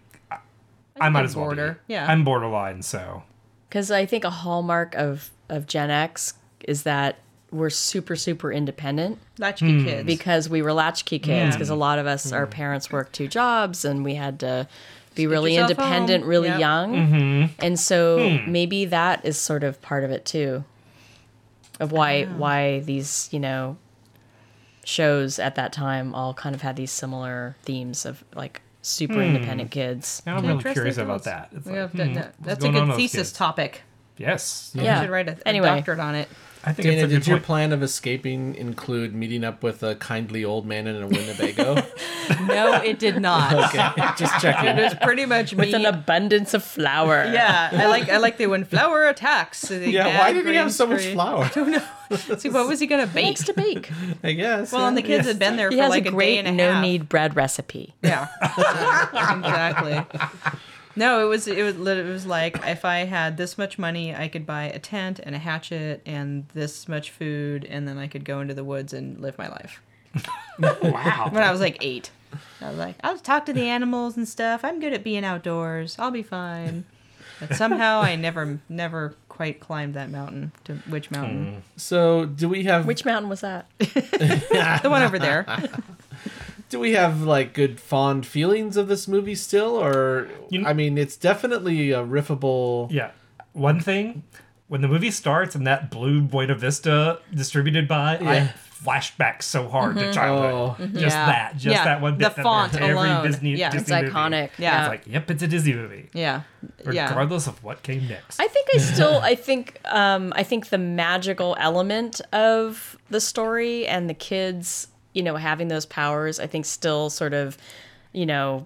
Speaker 3: I might
Speaker 2: I'm
Speaker 3: as well. be.
Speaker 2: border. Yeah.
Speaker 3: I'm borderline. So
Speaker 4: Because I think a hallmark of of Gen X is that we're super super independent.
Speaker 2: latchkey
Speaker 3: hmm,
Speaker 2: kids.
Speaker 4: because we were latchkey kids
Speaker 2: Yeah.
Speaker 4: because a lot of us our parents worked two jobs and we had to be really
Speaker 2: yourself
Speaker 4: independent
Speaker 2: home.
Speaker 4: really
Speaker 2: Yep. Mm-hmm. Hmm.
Speaker 4: young and so maybe that is sort of part of it too of why why these you know shows at that time all kind of had these similar themes of like super
Speaker 2: Hmm.
Speaker 4: independent kids
Speaker 3: now I'm
Speaker 2: Yeah,
Speaker 3: really
Speaker 2: trust
Speaker 3: curious
Speaker 2: the
Speaker 3: about
Speaker 2: adults.
Speaker 3: that. It's
Speaker 2: We
Speaker 3: like,
Speaker 2: have done
Speaker 3: hmm,
Speaker 2: that.
Speaker 3: what's
Speaker 2: That's a
Speaker 3: going on
Speaker 2: good
Speaker 3: with those
Speaker 2: thesis
Speaker 3: kids?
Speaker 2: topic.
Speaker 3: Yes.
Speaker 4: Yeah.
Speaker 2: You should write a, a
Speaker 4: Anyway.
Speaker 2: doctorate on it.
Speaker 3: I think
Speaker 1: Dana,
Speaker 3: it's a
Speaker 1: did
Speaker 3: good
Speaker 1: your
Speaker 3: point.
Speaker 1: plan of escaping include meeting up with a kindly old man in a Winnebago? <laughs>
Speaker 2: No, it did not.
Speaker 1: okay, just checking.
Speaker 2: <laughs> It was pretty much me.
Speaker 4: with an abundance of flour
Speaker 2: yeah, I like I like the when flour attacks. so the
Speaker 1: Yeah,
Speaker 2: bad
Speaker 1: why did he have
Speaker 2: grains
Speaker 1: so much
Speaker 2: free- <laughs>
Speaker 1: flour?
Speaker 2: See, what was he gonna bake?
Speaker 4: bakes to bake
Speaker 1: I guess.
Speaker 2: Well, and the
Speaker 1: yeah.
Speaker 2: kids had been there
Speaker 4: he
Speaker 2: <laughs> for
Speaker 4: has
Speaker 2: like
Speaker 4: a
Speaker 2: a,
Speaker 4: great
Speaker 2: day and a half.
Speaker 4: no-need bread recipe
Speaker 2: Yeah, <laughs> exactly. No, it was it was lit- it was like if I had this much money, I could buy a tent and a hatchet and this much food, and then I could go into the woods and live my life.
Speaker 3: Wow.
Speaker 2: When I was like eight, I was like, I'll just talk to the animals and stuff. I'm good at being outdoors. I'll be fine. But somehow I never never quite climbed that mountain. To which mountain?
Speaker 1: So, do we have
Speaker 4: which mountain was that
Speaker 2: The one over there.
Speaker 1: do we have like good fond feelings of this movie still or
Speaker 3: You-
Speaker 1: I mean, it's definitely a riffable
Speaker 3: <laughs> Yeah. One thing, when the movie starts and that blue Buena Vista distributed by, I
Speaker 1: Yeah.
Speaker 3: flashed back so hard to childhood.
Speaker 1: Oh.
Speaker 3: Just
Speaker 2: Mm-hmm. Yeah.
Speaker 3: that, just
Speaker 2: Yeah.
Speaker 3: that one
Speaker 2: The
Speaker 3: bit. that
Speaker 2: font
Speaker 3: every
Speaker 2: alone.
Speaker 3: Disney,
Speaker 2: Yeah.
Speaker 3: Disney
Speaker 4: It's
Speaker 3: movie.
Speaker 4: iconic.
Speaker 2: Yeah.
Speaker 3: It's like, yep, it's a Disney movie,
Speaker 2: Yeah. Yeah.
Speaker 3: regardless of what came next.
Speaker 4: I think I still
Speaker 3: <laughs>
Speaker 4: I think um I think the magical element of the story and the kids, you know, having those powers, I think still sort of, you know,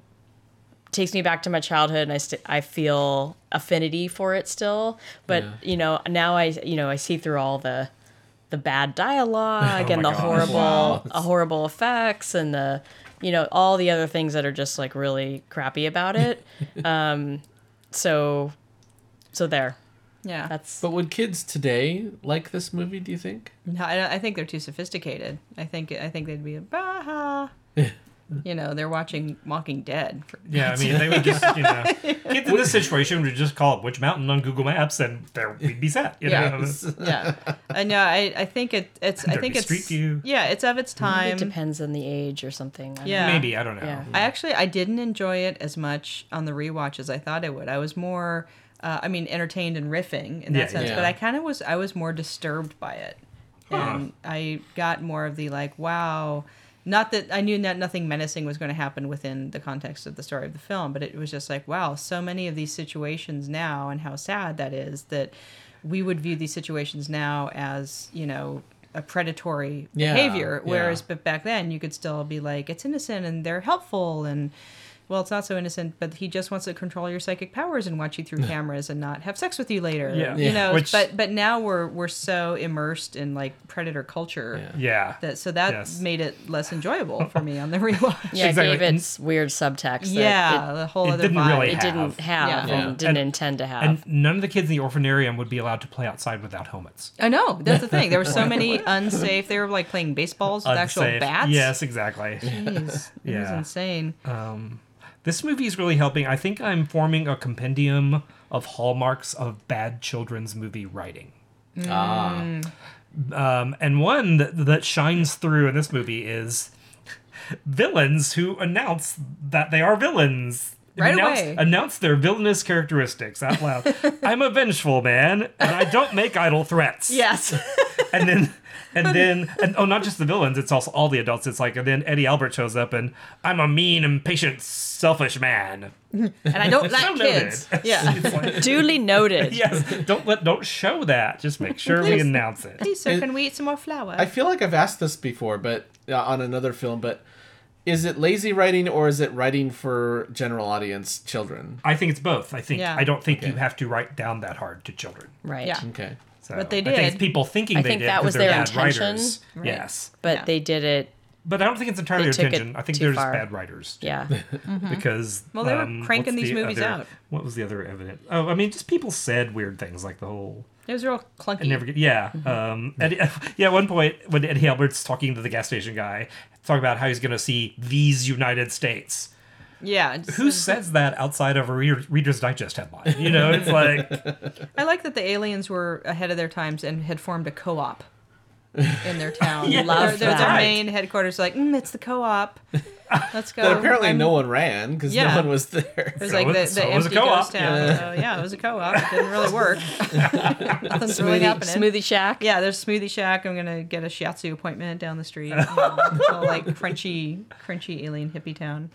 Speaker 4: takes me back to my childhood and I st- I feel affinity for it still, but you know, now I you know, I see through all the the bad dialogue
Speaker 3: Oh
Speaker 4: and
Speaker 3: my
Speaker 4: the
Speaker 3: gosh.
Speaker 4: horrible
Speaker 1: Wow.
Speaker 4: uh, horrible effects and the you know all the other things that are just like really crappy about it
Speaker 3: <laughs>
Speaker 4: um so so there
Speaker 2: Yeah.
Speaker 4: that's
Speaker 1: But would kids today like this movie, do you think?
Speaker 2: No, I, don't- I think they're too sophisticated. I think I think they'd be a baha. you know, they're watching Walking Dead. For,
Speaker 3: Yeah, I mean, they would just, you
Speaker 2: <laughs>
Speaker 3: know, kids in this situation would just call up which mountain on Google Maps and there we'd be set. You
Speaker 2: Yeah.
Speaker 3: know?
Speaker 2: yeah, I know. I, I think it, it's I
Speaker 3: There'd
Speaker 2: think
Speaker 3: be
Speaker 2: it's
Speaker 3: Street View. Mm-hmm.
Speaker 2: yeah, it's of its
Speaker 4: it
Speaker 2: time.
Speaker 4: depends on the age or something I
Speaker 2: Yeah,
Speaker 3: Maybe, I don't know.
Speaker 4: Yeah.
Speaker 2: I actually I didn't enjoy it as much on the rewatch as I thought I would. I was more, uh, I mean, entertained and riffing in that
Speaker 3: Yeah,
Speaker 2: sense,
Speaker 1: yeah.
Speaker 2: but I kind of was I was more disturbed by it, and I got more of the like, wow. Not that I knew that nothing menacing was going to happen within the context of the story of the film, but it was just like, wow, so many of these situations now, and how sad that is that we would view these situations now as, you know, a predatory
Speaker 1: Yeah,
Speaker 2: behavior.
Speaker 1: yeah.
Speaker 2: Whereas, but back then you could still be like, it's innocent and they're helpful and. Well, it's not so innocent, but he just wants to control your psychic powers and watch you through cameras and not have sex with you later.
Speaker 3: Yeah.
Speaker 2: You
Speaker 3: Yeah.
Speaker 2: know,
Speaker 3: Which-
Speaker 2: but but now we're we're so immersed in like predator culture
Speaker 1: Yeah.
Speaker 3: Yeah.
Speaker 2: that so that
Speaker 3: Yes.
Speaker 2: made it less enjoyable for me on the <laughs> rewatch.
Speaker 4: Yeah,
Speaker 3: Exactly.
Speaker 4: it gave its weird subtext. that
Speaker 2: Yeah, the whole
Speaker 3: it
Speaker 2: other
Speaker 3: didn't
Speaker 2: vibe.
Speaker 3: really
Speaker 4: it, it didn't have
Speaker 2: Yeah.
Speaker 4: and
Speaker 1: Yeah.
Speaker 4: didn't
Speaker 3: And-
Speaker 4: intend
Speaker 2: uh,
Speaker 4: to have.
Speaker 3: and none of the kids in the orphanarium would be allowed to play outside without helmets.
Speaker 2: I know that's the thing. There were so
Speaker 3: <laughs>
Speaker 2: many unsafe. They were like playing baseballs with actual
Speaker 3: Unsafe.
Speaker 2: bats.
Speaker 3: Yes, exactly.
Speaker 2: Jeez, it was
Speaker 3: Yeah.
Speaker 2: insane.
Speaker 3: This movie is really helping. I think I'm forming a compendium of hallmarks of bad children's movie writing.
Speaker 1: Ah,
Speaker 2: Mm.
Speaker 3: Um, and one that, that shines through in this movie is villains who announce that they are villains.
Speaker 2: Right
Speaker 3: announce,
Speaker 2: away.
Speaker 3: Announce their villainous characteristics
Speaker 2: <laughs>
Speaker 3: out loud. I'm a vengeful man, and I don't make idle threats. <laughs>
Speaker 4: yes.
Speaker 2: <laughs>
Speaker 3: and then and then and oh not just the villains it's also all the adults it's like and then eddie albert shows up and i'm a mean impatient selfish man
Speaker 2: And I don't
Speaker 3: <laughs>
Speaker 2: like
Speaker 3: So
Speaker 2: kids.
Speaker 3: noted.
Speaker 2: Yeah,
Speaker 3: It's
Speaker 2: <laughs>
Speaker 3: like,
Speaker 4: Duly noted.
Speaker 3: yes don't let don't show that just make sure we announce it
Speaker 2: please sir, can we eat some more flour?
Speaker 1: I feel like I've asked this before, but uh, on another film. But is it lazy writing or is it writing for general audience children?
Speaker 3: i think it's both i think
Speaker 2: Yeah.
Speaker 3: i don't think you
Speaker 1: Okay.
Speaker 3: have to write down that hard to children
Speaker 4: Right.
Speaker 2: Yeah.
Speaker 1: Okay.
Speaker 3: so
Speaker 2: But they
Speaker 3: i think it's
Speaker 2: did.
Speaker 3: people thinking
Speaker 4: I
Speaker 3: they
Speaker 4: think
Speaker 3: did
Speaker 4: that
Speaker 3: 'cause
Speaker 4: was
Speaker 3: they're
Speaker 4: their
Speaker 3: bad
Speaker 4: intention.
Speaker 3: writers
Speaker 2: Right.
Speaker 3: yes
Speaker 4: But
Speaker 2: Yeah.
Speaker 4: they did it.
Speaker 3: but i don't think it's entirely
Speaker 4: They
Speaker 3: their
Speaker 4: took it
Speaker 3: intention i think
Speaker 4: too
Speaker 3: they're just
Speaker 4: far.
Speaker 3: bad writers <laughs>
Speaker 4: Yeah.
Speaker 3: because
Speaker 2: Mm-hmm. Well, they were
Speaker 3: um,
Speaker 2: cranking
Speaker 3: what's
Speaker 2: these
Speaker 3: the
Speaker 2: movies
Speaker 3: other-
Speaker 2: out.
Speaker 3: what was the other evidence oh i mean just people said weird things like the whole
Speaker 2: It was real clunky.
Speaker 3: I never get yeah. Um, Eddie, <laughs> yeah, at one point when Eddie Albert's talking to the gas station guy, talk about how he's going to see these United States.
Speaker 2: yeah, it's-
Speaker 3: Who says that outside of a Reader, Reader's Digest headline? You know, it's like
Speaker 2: I like that the aliens were ahead of their times and had formed a co-op in their town.
Speaker 3: Yeah,
Speaker 2: their, their- their
Speaker 3: that's right.
Speaker 2: main headquarters, like, mm, it's the co-op. Let's go.
Speaker 1: But apparently,
Speaker 2: I'm-
Speaker 1: no one ran because
Speaker 2: Yeah.
Speaker 1: no one was
Speaker 3: <laughs>
Speaker 1: there.
Speaker 2: It was
Speaker 3: So
Speaker 2: like
Speaker 3: it-
Speaker 2: the, the
Speaker 3: so it was a
Speaker 2: empty
Speaker 3: co-op,
Speaker 2: ghost town.
Speaker 1: yeah.
Speaker 2: So yeah, it was a co-op. It didn't really
Speaker 3: <laughs>
Speaker 2: work. Nothing's really
Speaker 4: Smoothie,
Speaker 2: happening.
Speaker 4: smoothie Shack.
Speaker 2: Yeah, there's Smoothie Shack. I'm gonna get a shiatsu appointment down the street. you
Speaker 3: <laughs>
Speaker 2: know. It's all like crunchy, crunchy alien hippie town.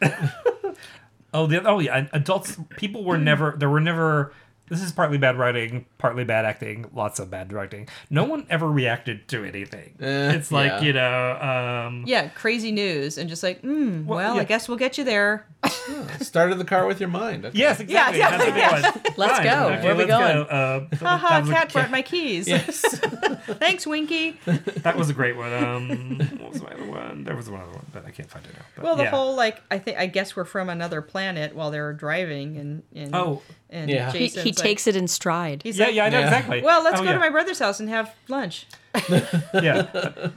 Speaker 3: oh the oh yeah, and adults people were never there were never. This is partly bad writing, partly bad acting, lots of bad directing. No one ever reacted to anything.
Speaker 1: Eh,
Speaker 3: it's like
Speaker 1: yeah.
Speaker 3: you know, um,
Speaker 2: Yeah, crazy news, and just like, mm, well,
Speaker 3: yeah.
Speaker 2: I guess we'll get you there.
Speaker 1: <laughs> Started the car with your mind. Okay. <laughs>
Speaker 3: yes, exactly.
Speaker 2: yeah,
Speaker 3: that's a good one.
Speaker 4: Let's
Speaker 3: Fine,
Speaker 4: go.
Speaker 3: okay,
Speaker 4: Where we
Speaker 3: let's
Speaker 4: going?
Speaker 3: Go. Uh, that
Speaker 2: Haha,
Speaker 3: was a-
Speaker 2: cat brought my
Speaker 3: <laughs>
Speaker 2: keys.
Speaker 1: Yes.
Speaker 2: Thanks, Winky.
Speaker 3: That was a great one. Um, what was my other one? There was one other one, but I can't find it now. But,
Speaker 2: Well, the
Speaker 3: yeah.
Speaker 2: whole like, I think I guess we're from another planet while they were driving, and, and
Speaker 3: Oh.
Speaker 2: and
Speaker 1: Yeah. He-
Speaker 4: He,
Speaker 2: Jason's
Speaker 4: he
Speaker 2: like-
Speaker 4: takes it in stride.
Speaker 2: He's
Speaker 3: Yeah,
Speaker 2: like,
Speaker 3: yeah, I know
Speaker 1: Yeah.
Speaker 3: exactly.
Speaker 2: Well, let's
Speaker 3: Oh,
Speaker 2: go
Speaker 3: yeah.
Speaker 2: to my brother's house and have lunch.
Speaker 3: Yeah,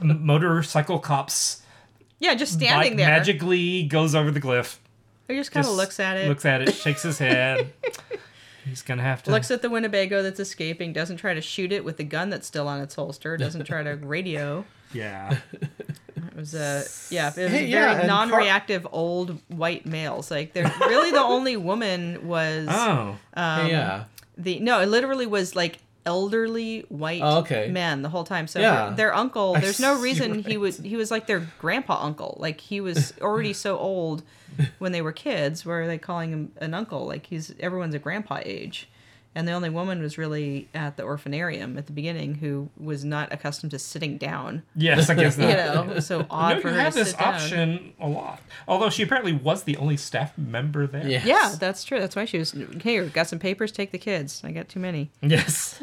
Speaker 3: M- motorcycle cops
Speaker 2: Yeah, just
Speaker 3: like,
Speaker 2: standing there.
Speaker 3: magically goes over the glyph.
Speaker 2: He just kind of
Speaker 3: just
Speaker 2: looks at it.
Speaker 3: Looks at it, shakes his
Speaker 2: <laughs>
Speaker 3: head. He's gonna have to.
Speaker 2: looks at the Winnebago that's escaping, doesn't try to shoot it with the gun that's still on its holster, doesn't try to radio. <laughs>
Speaker 3: yeah,
Speaker 2: It was a yeah, it was
Speaker 1: Hey,
Speaker 2: a very
Speaker 1: yeah, and Car-
Speaker 2: non-reactive old white males. Like they're really the only woman was
Speaker 3: oh,
Speaker 2: Um,
Speaker 1: yeah.
Speaker 2: the no, it literally was like elderly white
Speaker 1: Oh, okay.
Speaker 2: men the whole time. So
Speaker 1: Yeah.
Speaker 2: their, their uncle,
Speaker 1: I
Speaker 2: there's no
Speaker 1: see,
Speaker 2: reason he was he was like their grandpa uncle. Like he was already so old when they were kids. Where are they calling him an uncle? Like he's everyone's a grandpa age. And the only woman was really at the orphanarium at the beginning who was not accustomed to sitting down.
Speaker 3: yes, I guess not.
Speaker 2: You know, it was so odd
Speaker 3: no,
Speaker 2: for
Speaker 3: you
Speaker 2: her
Speaker 3: have
Speaker 2: to
Speaker 3: this
Speaker 2: sit down.
Speaker 3: option a lot. Although she apparently was the only staff member there.
Speaker 1: Yes.
Speaker 2: Yeah, that's true. That's why she was here. Got some papers. Take the kids. I got too many. <laughs>
Speaker 3: Yes.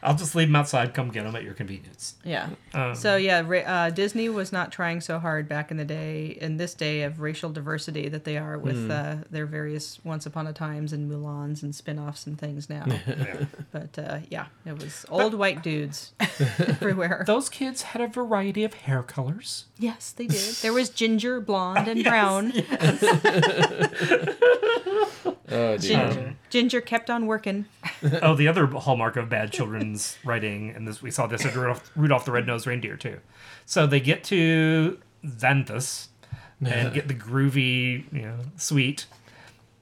Speaker 3: I'll just leave them outside. Come get them at your convenience.
Speaker 2: Yeah.
Speaker 3: Um,
Speaker 2: so yeah, ra- uh, Disney was not trying so hard back in the day, in this day of racial diversity that they are with uh, their various Once Upon a Times and Mulans and spin-offs and things now.
Speaker 3: Yeah.
Speaker 2: but uh, yeah, it was old white dudes everywhere.
Speaker 3: Those kids had a variety of hair colors.
Speaker 2: yes, they did. There was ginger, blonde, <laughs> and brown.
Speaker 1: Oh, dear.
Speaker 2: Ginger. ginger kept on working.
Speaker 3: Oh, the other hallmark of bad children's writing, and this we saw this at Rudolph, Rudolph the Red-Nosed Reindeer too. So they get to Xanthus and get the groovy, you know, suite,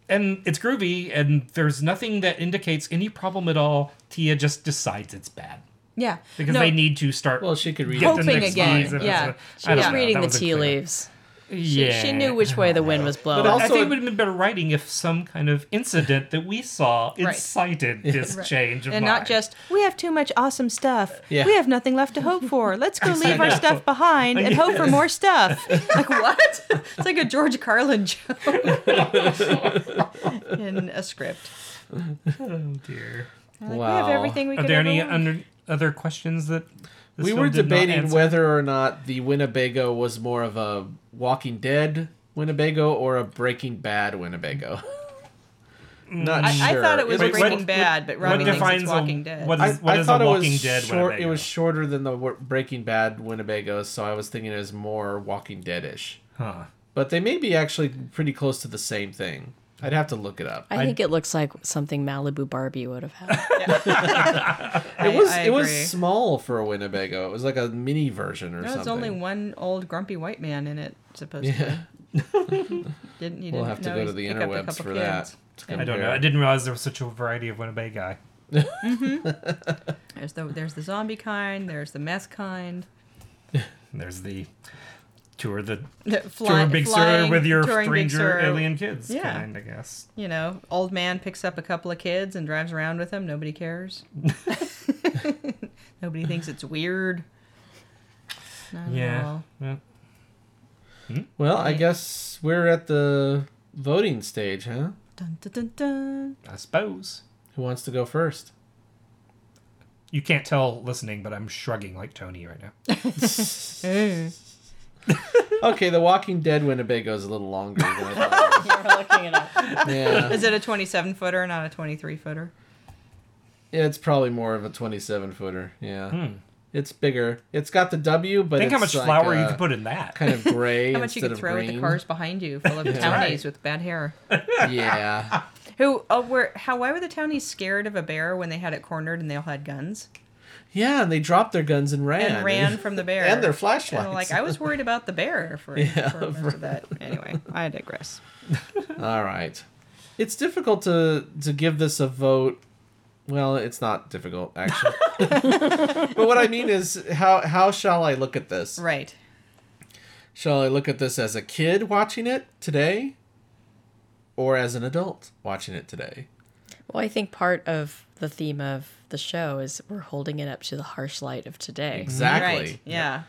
Speaker 3: and it's groovy, and there's nothing that indicates any problem at all. Tia just decides it's bad
Speaker 2: Yeah.
Speaker 3: because
Speaker 2: No,
Speaker 3: they need to start
Speaker 1: Well, she could read. it.
Speaker 3: get the
Speaker 2: Hoping
Speaker 3: next
Speaker 2: again,
Speaker 3: lines, and
Speaker 2: yeah.
Speaker 3: it's-
Speaker 4: She
Speaker 3: I don't
Speaker 4: was
Speaker 3: know,
Speaker 4: reading
Speaker 3: that
Speaker 4: the
Speaker 3: wasn't
Speaker 4: tea
Speaker 3: clear.
Speaker 4: leaves. She,
Speaker 3: yeah.
Speaker 4: she knew which way the wind was blowing.
Speaker 3: But I
Speaker 1: also-
Speaker 3: think it would have been better writing if some kind of incident that we saw
Speaker 2: Right.
Speaker 3: incited this change of
Speaker 2: and
Speaker 3: mind.
Speaker 2: not just we have too much awesome stuff.
Speaker 1: Yeah.
Speaker 2: We have nothing left to hope for. Let's go leave
Speaker 3: I
Speaker 2: our
Speaker 1: <laughs>
Speaker 3: know.
Speaker 2: stuff behind and hope for more stuff. like what? It's like a George
Speaker 1: <laughs>
Speaker 2: Carlin joke in a script.
Speaker 3: Oh dear.
Speaker 2: Like, We
Speaker 1: Wow.
Speaker 2: have everything we
Speaker 3: Are
Speaker 2: could
Speaker 3: there
Speaker 2: ever
Speaker 3: any
Speaker 2: want.
Speaker 3: under, other questions that this
Speaker 1: we
Speaker 3: film
Speaker 1: were
Speaker 3: did not
Speaker 1: debating
Speaker 3: answer?
Speaker 1: whether or not the Winnebago was more of a Walking Dead Winnebago or a Breaking Bad Winnebago. <laughs>
Speaker 3: Mm.
Speaker 1: Not
Speaker 2: I, I
Speaker 1: sure.
Speaker 2: thought it was
Speaker 1: It's-
Speaker 3: Wait, what-
Speaker 2: Breaking Bad, but Robbie thinks
Speaker 3: defines
Speaker 2: it's Walking
Speaker 3: a,
Speaker 2: Dead.
Speaker 3: What
Speaker 1: I,
Speaker 3: is, what
Speaker 1: I
Speaker 3: is
Speaker 1: thought
Speaker 3: a
Speaker 1: it
Speaker 3: Walking
Speaker 1: was
Speaker 3: Dead
Speaker 1: short. It
Speaker 3: Winnebago?
Speaker 1: was shorter than the wor- Breaking Bad Winnebago, so I was thinking it was more Walking Dead-ish.
Speaker 3: Huh.
Speaker 1: But they may be actually pretty close to the same thing. I'd have to look it up.
Speaker 4: I think it looks like something Malibu Barbie would have had.
Speaker 2: <laughs>
Speaker 1: It was
Speaker 2: I
Speaker 1: it was
Speaker 2: agree.
Speaker 1: small for a Winnebago. It was like a mini version or
Speaker 2: No,
Speaker 1: something.
Speaker 2: there's
Speaker 1: <laughs>
Speaker 2: only one old grumpy white man in it, supposedly.
Speaker 1: Yeah,
Speaker 2: Didn't he?
Speaker 1: we'll
Speaker 2: didn't
Speaker 1: have to
Speaker 2: know
Speaker 1: go
Speaker 2: he's
Speaker 1: to the
Speaker 2: pick up a
Speaker 1: interwebs
Speaker 2: couple
Speaker 1: for
Speaker 2: kids.
Speaker 1: that. to
Speaker 3: I don't know.
Speaker 1: compare.
Speaker 3: I didn't realize there was such a variety of Winnebago.
Speaker 2: There's the there's the zombie kind. There's the mess kind. <laughs>
Speaker 3: There's the tour the tour
Speaker 2: Fly,
Speaker 3: Big Sur
Speaker 2: flying-
Speaker 3: with your
Speaker 2: touring Big Sur,
Speaker 3: stranger alien kids
Speaker 2: Yeah.
Speaker 3: kind, I guess.
Speaker 2: You know, old man picks up a couple of kids and drives around with them. Nobody
Speaker 3: <laughs>
Speaker 2: cares. Nobody thinks it's weird. Not at
Speaker 3: Yeah.
Speaker 2: all.
Speaker 3: yeah.
Speaker 1: Well, I guess we're at the voting stage, huh?
Speaker 2: Dun, dun, dun, dun.
Speaker 3: I suppose.
Speaker 1: Who wants to go
Speaker 3: <laughs>
Speaker 1: first? <laughs>
Speaker 3: You can't tell listening, but I'm shrugging like Tony right now.
Speaker 1: Okay, The Walking Dead Winnebago is a little longer than I
Speaker 3: <laughs>
Speaker 1: thought. it was. yeah.
Speaker 2: Is it a 27 footer, not a 23 footer?
Speaker 1: yeah, it's probably more of a 27 footer. Yeah, it's bigger. It's got the W, but
Speaker 3: Hmm. Think how
Speaker 1: it's like
Speaker 3: much flour
Speaker 1: a
Speaker 3: you can put in that.
Speaker 1: Kind
Speaker 3: <laughs>
Speaker 1: of gray
Speaker 2: How much you
Speaker 1: instead
Speaker 2: could
Speaker 1: of
Speaker 2: throw at
Speaker 1: green.
Speaker 2: the cars behind you,
Speaker 1: <laughs>
Speaker 2: full of townies
Speaker 3: right.
Speaker 2: with bad hair.
Speaker 3: <laughs>
Speaker 1: Yeah,
Speaker 2: Who? Oh, were how? Why were the townies scared of a bear when they had it cornered and they all had guns
Speaker 1: yeah, and they dropped their guns and ran.
Speaker 2: and ran from the bear
Speaker 1: <laughs> and their
Speaker 2: And
Speaker 1: flashlights.
Speaker 2: I'm like I was worried about the bear
Speaker 1: <laughs>
Speaker 2: for, for most of that. Anyway, I digress.
Speaker 1: All right. It's difficult to to give this a vote. Well, it's not difficult
Speaker 2: <laughs>
Speaker 1: actually. <laughs> but what I mean is how how shall I look at this?
Speaker 2: Right.
Speaker 1: Shall I look at this as a kid watching it today or as an adult watching it today?
Speaker 4: Well, I think part of the theme of the show is we're holding it up to the harsh light of today.
Speaker 1: Exactly.
Speaker 2: Right. Yeah.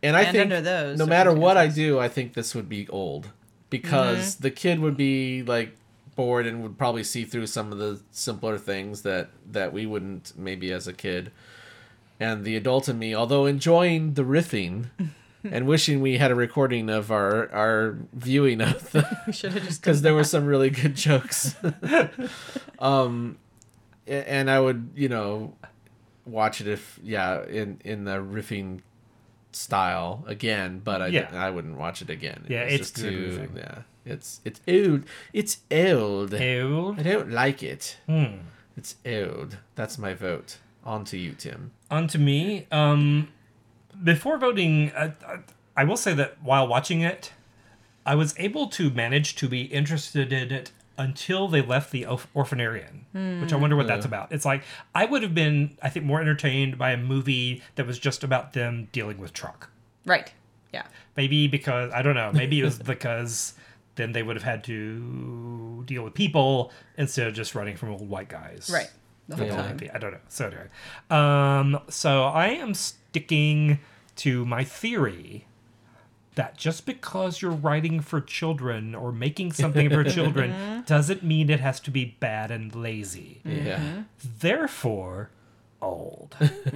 Speaker 1: And I
Speaker 2: And
Speaker 1: think
Speaker 2: under those
Speaker 1: no matter what I do, I think this would be old because
Speaker 2: Mm-hmm.
Speaker 1: the kid would be like bored and would probably see through some of the simpler things that that we wouldn't maybe as a kid. And the adult in me, although enjoying the
Speaker 2: <laughs>
Speaker 1: riffing and wishing we had a recording of our our viewing of the
Speaker 2: We should have just
Speaker 1: because there were some really good
Speaker 3: <laughs>
Speaker 1: jokes. um, a- and I would, you know, watch it if yeah, in in the riffing style again, but I
Speaker 3: Yeah.
Speaker 1: I wouldn't watch it again. It
Speaker 3: Yeah,
Speaker 1: was
Speaker 3: it's
Speaker 1: just
Speaker 3: good
Speaker 1: too
Speaker 3: riffing. Eh.
Speaker 1: yeah. It's it's old. It's old.
Speaker 3: Ew.
Speaker 1: I don't like it.
Speaker 3: Hmm.
Speaker 1: It's old. That's my vote. On to you, Tim.
Speaker 3: on to me. Um, before voting, I, I, I will say that while watching it, I was able to manage to be interested in it until they left the orph- orphanarium, which I wonder what that's about. It's like I would have been, I think, more entertained by a movie that was just about them dealing with truck.
Speaker 2: right. Yeah.
Speaker 3: Maybe because I don't know. Maybe it was because then they would have had to deal with people instead of just running from old white guys.
Speaker 2: Right. The whole
Speaker 1: Yeah.
Speaker 2: time.
Speaker 3: I don't know. So anyway, um, so I am sticking to my theory that just because you're writing for children or making something for children doesn't mean it has to be bad and lazy.
Speaker 4: Mm-hmm.
Speaker 1: Yeah.
Speaker 3: Therefore, old. <laughs>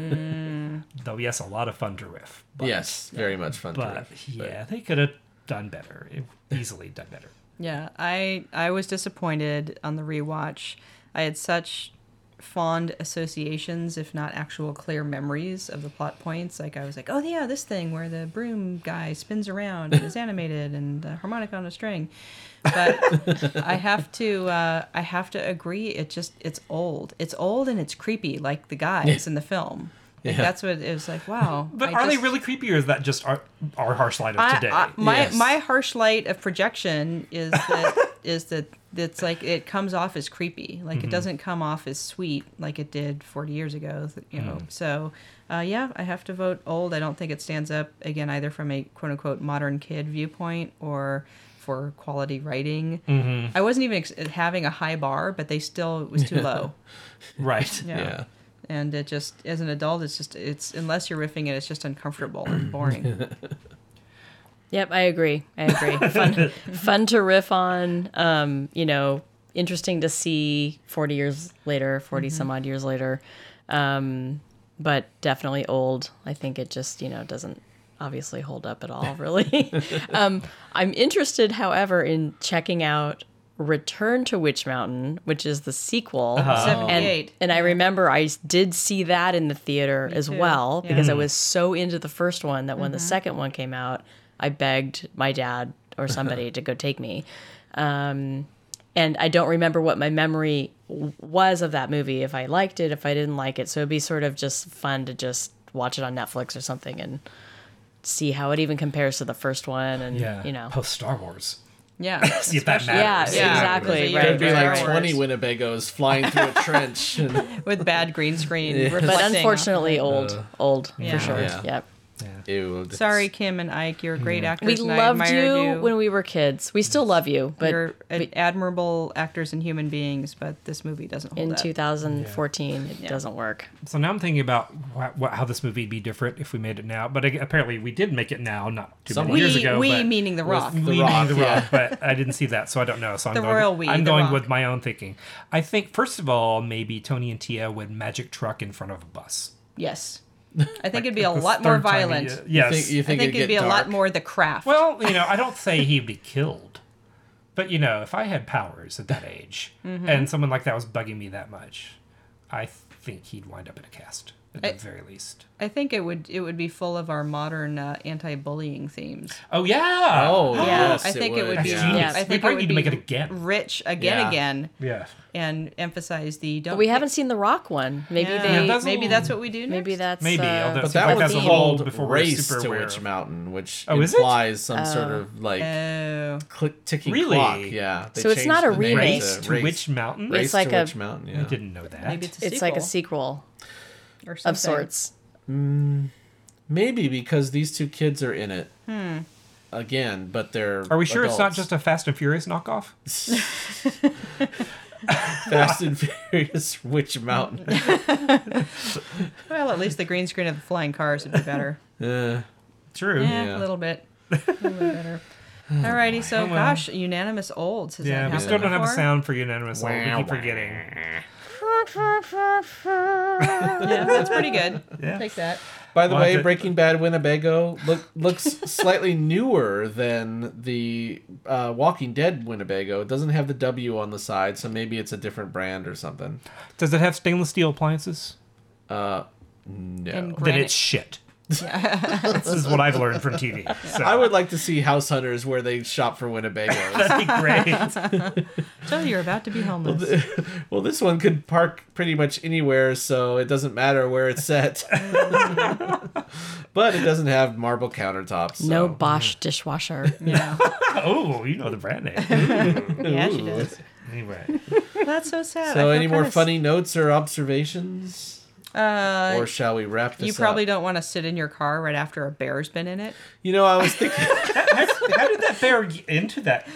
Speaker 3: Though yes, a lot of fun to riff. But,
Speaker 1: yes, very much fun to
Speaker 3: but
Speaker 1: riff. but-
Speaker 3: yeah, they could have done better. Easily done better.
Speaker 2: Yeah. I I was disappointed on the rewatch. I had such fond associations, if not actual clear memories of the plot points. Like I was like, oh yeah, this thing where the broom guy spins
Speaker 1: <laughs>
Speaker 2: around and is animated and the harmonica on a string. But I have to uh, I have to agree. It just it's old. It's old and it's creepy, like the guys in the film. Like,
Speaker 1: Yeah.
Speaker 2: That's what it was like. Wow.
Speaker 3: But
Speaker 2: I
Speaker 3: are they
Speaker 2: just-
Speaker 3: really creepy, or is that just our, our harsh light of
Speaker 2: I-
Speaker 3: today?
Speaker 2: I- my
Speaker 1: Yes.
Speaker 3: <laughs>
Speaker 2: my harsh light of projection is that is that it's like it comes off as creepy. Like
Speaker 3: Mm-hmm.
Speaker 2: it doesn't come off as sweet like it did 40 years ago. th- You
Speaker 3: Mm.
Speaker 2: know. So uh, yeah, I have to vote old. I don't think it stands up again either from a quote unquote modern kid viewpoint or for quality writing.
Speaker 3: Mm-hmm.
Speaker 2: I wasn't even ex- having a high bar, but they still it was
Speaker 3: <laughs>
Speaker 2: too low.
Speaker 1: <laughs>
Speaker 3: Right.
Speaker 2: Yeah.
Speaker 1: Yeah.
Speaker 2: And it just, as an adult, it's just, it's unless you're riffing it, it's just uncomfortable and
Speaker 3: <laughs>
Speaker 2: boring.
Speaker 4: Yep, I agree. I agree. fun, fun to riff on. Um, you know, interesting to see 40 years later, 40 some odd years later. Um, but definitely old. I think it just, you know, doesn't obviously hold up at all, really. um, I'm interested, however, in checking out Return to Witch Mountain, which is the sequel.
Speaker 2: Uh-huh.
Speaker 3: Oh.
Speaker 4: And,
Speaker 2: 78.
Speaker 4: and I remember I s- did see that in the theater as
Speaker 2: too.
Speaker 4: well
Speaker 2: Yeah. Mm-hmm.
Speaker 4: because I was so into the first one that when the second one came out, I begged my dad or somebody to go take me. Um, and I don't remember what my memory w- was of that movie, if I liked it, if I didn't like it. So it'd be sort of just fun to just watch it on Netflix or something and see how it even compares to the first one. And,
Speaker 3: Yeah.
Speaker 4: you know,
Speaker 3: Post Star Wars.
Speaker 2: yeah.
Speaker 3: <laughs> See if that
Speaker 4: yeah,
Speaker 3: matters.
Speaker 2: Yeah.
Speaker 4: exactly.
Speaker 2: Yeah.
Speaker 4: Right.
Speaker 1: There'd be
Speaker 4: right,
Speaker 1: like 20
Speaker 4: right.
Speaker 1: Winnebagos flying
Speaker 4: <laughs>
Speaker 1: through a trench. And,
Speaker 3: <laughs>
Speaker 2: With bad green screen.
Speaker 4: But
Speaker 2: reflecting.
Speaker 4: unfortunately, old, old
Speaker 2: Yeah.
Speaker 4: for sure.
Speaker 1: Yeah.
Speaker 4: Yep.
Speaker 1: ew. that's-
Speaker 2: Sorry, Kim and Ike, you're
Speaker 3: Mm.
Speaker 2: great actors.
Speaker 4: We
Speaker 2: and I
Speaker 4: loved
Speaker 2: admired
Speaker 4: you, when we were kids. We still love you, but
Speaker 2: You're ad- admirable actors and human beings, but this movie doesn't hold
Speaker 4: in
Speaker 2: up.
Speaker 4: 2014, it doesn't work.
Speaker 3: So now I'm thinking about wha- wha- how this movie would be different if we made it now. But ag- apparently we did make it now, not too
Speaker 1: Someone-
Speaker 3: many years
Speaker 2: we,
Speaker 3: ago.
Speaker 2: we
Speaker 3: but
Speaker 2: meaning The Rock.
Speaker 3: We
Speaker 1: Rock,
Speaker 3: meaning the
Speaker 1: yeah.
Speaker 3: rock, but I didn't see that, so I
Speaker 2: <laughs>
Speaker 3: don't know. So I'm
Speaker 2: The
Speaker 3: going,
Speaker 2: royal we,
Speaker 3: I'm
Speaker 2: The
Speaker 3: going
Speaker 2: Rock.
Speaker 3: with my own thinking. I think first of all, maybe Tony and Tia would magic truck in front of a bus.
Speaker 2: Yes. <laughs> I think it'd be a
Speaker 3: This
Speaker 2: lot more
Speaker 3: third time
Speaker 2: violent.
Speaker 3: he-
Speaker 1: You
Speaker 3: yes.
Speaker 1: think, you
Speaker 2: I think, it'd
Speaker 1: it'd
Speaker 2: be
Speaker 1: get
Speaker 2: a lot
Speaker 1: dark?
Speaker 2: more The Craft.
Speaker 3: Well, you know, I don't say he'd be killed, but you know, if I had powers at that age
Speaker 2: Mm-hmm.
Speaker 3: and someone like that was bugging me that much, I think he'd wind up in a cast at
Speaker 2: I-
Speaker 3: the very least.
Speaker 2: I think it would it would be full of our modern uh, anti-bullying themes.
Speaker 3: Oh yeah.
Speaker 1: Oh,
Speaker 2: Yeah,
Speaker 1: yes.
Speaker 2: I think it would be.
Speaker 1: Yeah.
Speaker 4: Yeah.
Speaker 2: I think
Speaker 3: We probably
Speaker 2: would
Speaker 3: need to
Speaker 2: be
Speaker 3: make it again.
Speaker 2: Rich again,
Speaker 1: Yeah.
Speaker 2: again,
Speaker 3: yeah.
Speaker 2: and emphasize the. Don't
Speaker 4: But we haven't seen the Rock one. Maybe
Speaker 2: Yeah.
Speaker 4: they.
Speaker 3: that's a
Speaker 2: maybe
Speaker 3: little-
Speaker 2: that's what we do. Next?
Speaker 4: maybe that's.
Speaker 3: Maybe,
Speaker 4: uh,
Speaker 3: although-
Speaker 1: But
Speaker 3: Seems like
Speaker 1: that
Speaker 3: that's
Speaker 1: was
Speaker 3: a
Speaker 1: called
Speaker 3: hold before we're
Speaker 1: Race
Speaker 3: super
Speaker 1: to
Speaker 3: aware
Speaker 1: Witch
Speaker 3: of-
Speaker 1: Mountain, which
Speaker 3: Oh, is it?
Speaker 1: implies some sort of like
Speaker 2: Oh,
Speaker 1: click, ticking
Speaker 3: Really?
Speaker 1: clock. Yeah. they
Speaker 4: So it's
Speaker 1: changed
Speaker 4: not a
Speaker 1: the name
Speaker 4: remake.
Speaker 3: Race to Witch Mountain.
Speaker 1: Race
Speaker 4: like
Speaker 1: to
Speaker 4: a-
Speaker 1: Witch Mountain. Yeah.
Speaker 3: I didn't know that.
Speaker 2: maybe it's a
Speaker 4: it's like a
Speaker 2: sequel
Speaker 4: sequel
Speaker 2: or something.
Speaker 4: of sorts.
Speaker 1: Maybe because these two kids are in it. Hmm. Again, but they're.
Speaker 3: Are we sure it's not just a Fast and Furious knockoff? <laughs>
Speaker 1: Fast and Furious Witch Mountain?
Speaker 2: Well, at least the green screen of the flying cars would be better.
Speaker 1: Uh,
Speaker 3: True.
Speaker 2: yeah,
Speaker 1: Yeah.
Speaker 2: a little bit. A little better. Alrighty, so gosh, unanimous olds. Has
Speaker 3: Yeah,
Speaker 2: that
Speaker 3: we still
Speaker 2: happened
Speaker 3: don't have a
Speaker 2: before?
Speaker 3: sound for unanimous. Wow, we
Speaker 1: Wow,
Speaker 3: keep
Speaker 1: wow.
Speaker 3: forgetting.
Speaker 2: Yeah, that's pretty
Speaker 4: <laughs>
Speaker 2: good.
Speaker 3: Yeah.
Speaker 2: Take that.
Speaker 1: By the
Speaker 3: Well,
Speaker 1: way,
Speaker 3: the-
Speaker 1: Breaking Bad Winnebago look, looks <laughs> slightly newer than the uh, Walking Dead Winnebago. It doesn't have the W on the side, so maybe it's a different brand or something.
Speaker 3: Does it have stainless steel appliances?
Speaker 1: No.
Speaker 2: And
Speaker 3: Then
Speaker 2: granite.
Speaker 3: it's shit. <laughs> this is what I've learned from TV. So.
Speaker 1: I would like to see House Hunters where they shop for
Speaker 2: <laughs>
Speaker 1: Winnebago.
Speaker 3: That'd <laughs> be great.
Speaker 2: So you're about to be homeless.
Speaker 1: well, this one could park pretty much anywhere, so it doesn't matter where it's
Speaker 2: <laughs>
Speaker 1: set. but it doesn't have marble countertops. So.
Speaker 4: No Bosch dishwasher.
Speaker 2: yeah.
Speaker 3: oh, you know the brand name.
Speaker 2: yeah, she does.
Speaker 3: <laughs> Anyway,
Speaker 2: That's so sad.
Speaker 1: So,
Speaker 2: I feel
Speaker 1: any more
Speaker 2: kinda s-
Speaker 1: funny notes or observations?
Speaker 2: Uh,
Speaker 1: or shall we wrap this
Speaker 2: you
Speaker 1: up?
Speaker 2: probably don't want to sit in your car right after a bear's been in it
Speaker 1: You know, I was thinking.
Speaker 3: how did that bear get into that?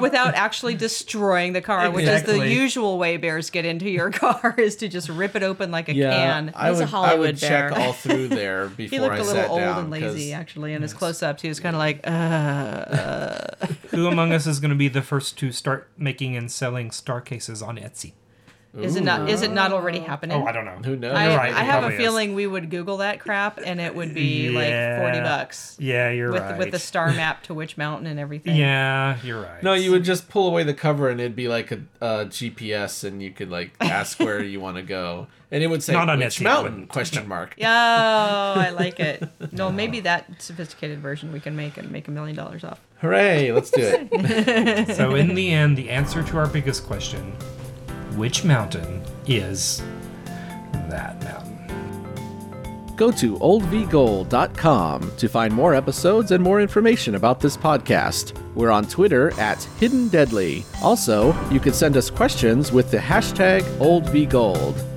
Speaker 2: without actually destroying the car, which is the
Speaker 3: Exactly.
Speaker 2: usual way bears get into your <laughs> car is to just rip it open like a can.
Speaker 1: I
Speaker 4: He's a
Speaker 1: would, I
Speaker 4: Hollywood
Speaker 1: would check
Speaker 4: bear.
Speaker 1: all
Speaker 2: <laughs>
Speaker 1: through there before
Speaker 2: he looked
Speaker 1: I
Speaker 2: a
Speaker 1: sat
Speaker 2: little old
Speaker 1: down,
Speaker 2: and
Speaker 1: 'cause-
Speaker 2: lazy, actually, in his close-ups. He was kind of like, uh,
Speaker 3: Who among us is going to be the first to start making and selling star cases on Etsy?
Speaker 2: "Is it not? Is it not already happening?"
Speaker 3: Oh, I don't know.
Speaker 1: Who knows?
Speaker 2: I,
Speaker 3: You're right,
Speaker 2: I
Speaker 3: it
Speaker 2: have a
Speaker 3: probably is.
Speaker 2: feeling we would Google that crap, and it would be like forty
Speaker 3: Yeah.
Speaker 2: bucks
Speaker 3: Yeah, you're
Speaker 2: with
Speaker 3: right.
Speaker 2: with the
Speaker 3: <laughs>
Speaker 2: star map to which mountain and everything.
Speaker 3: Yeah, you're right.
Speaker 1: No, you would just pull away the cover and it'd be like a, a GPS, and you could
Speaker 2: <laughs>
Speaker 1: like ask where you want to go, and it would say
Speaker 3: Not on
Speaker 1: which
Speaker 3: Etsy, it
Speaker 1: mountain
Speaker 3: wouldn't.
Speaker 1: question mark.
Speaker 2: Oh, I like
Speaker 3: <laughs>
Speaker 2: it. No, maybe that sophisticated version we can make and make a million dollars off.
Speaker 1: Hooray! Let's do
Speaker 2: <laughs>
Speaker 1: it. <laughs>
Speaker 3: So, in the end, the answer to our biggest question which mountain is that mountain?
Speaker 1: go to oldvgold.com to find more episodes and more information about this podcast. We're on Twitter at Hidden Deadly. Also, you can send us questions with the hashtag oldvgold.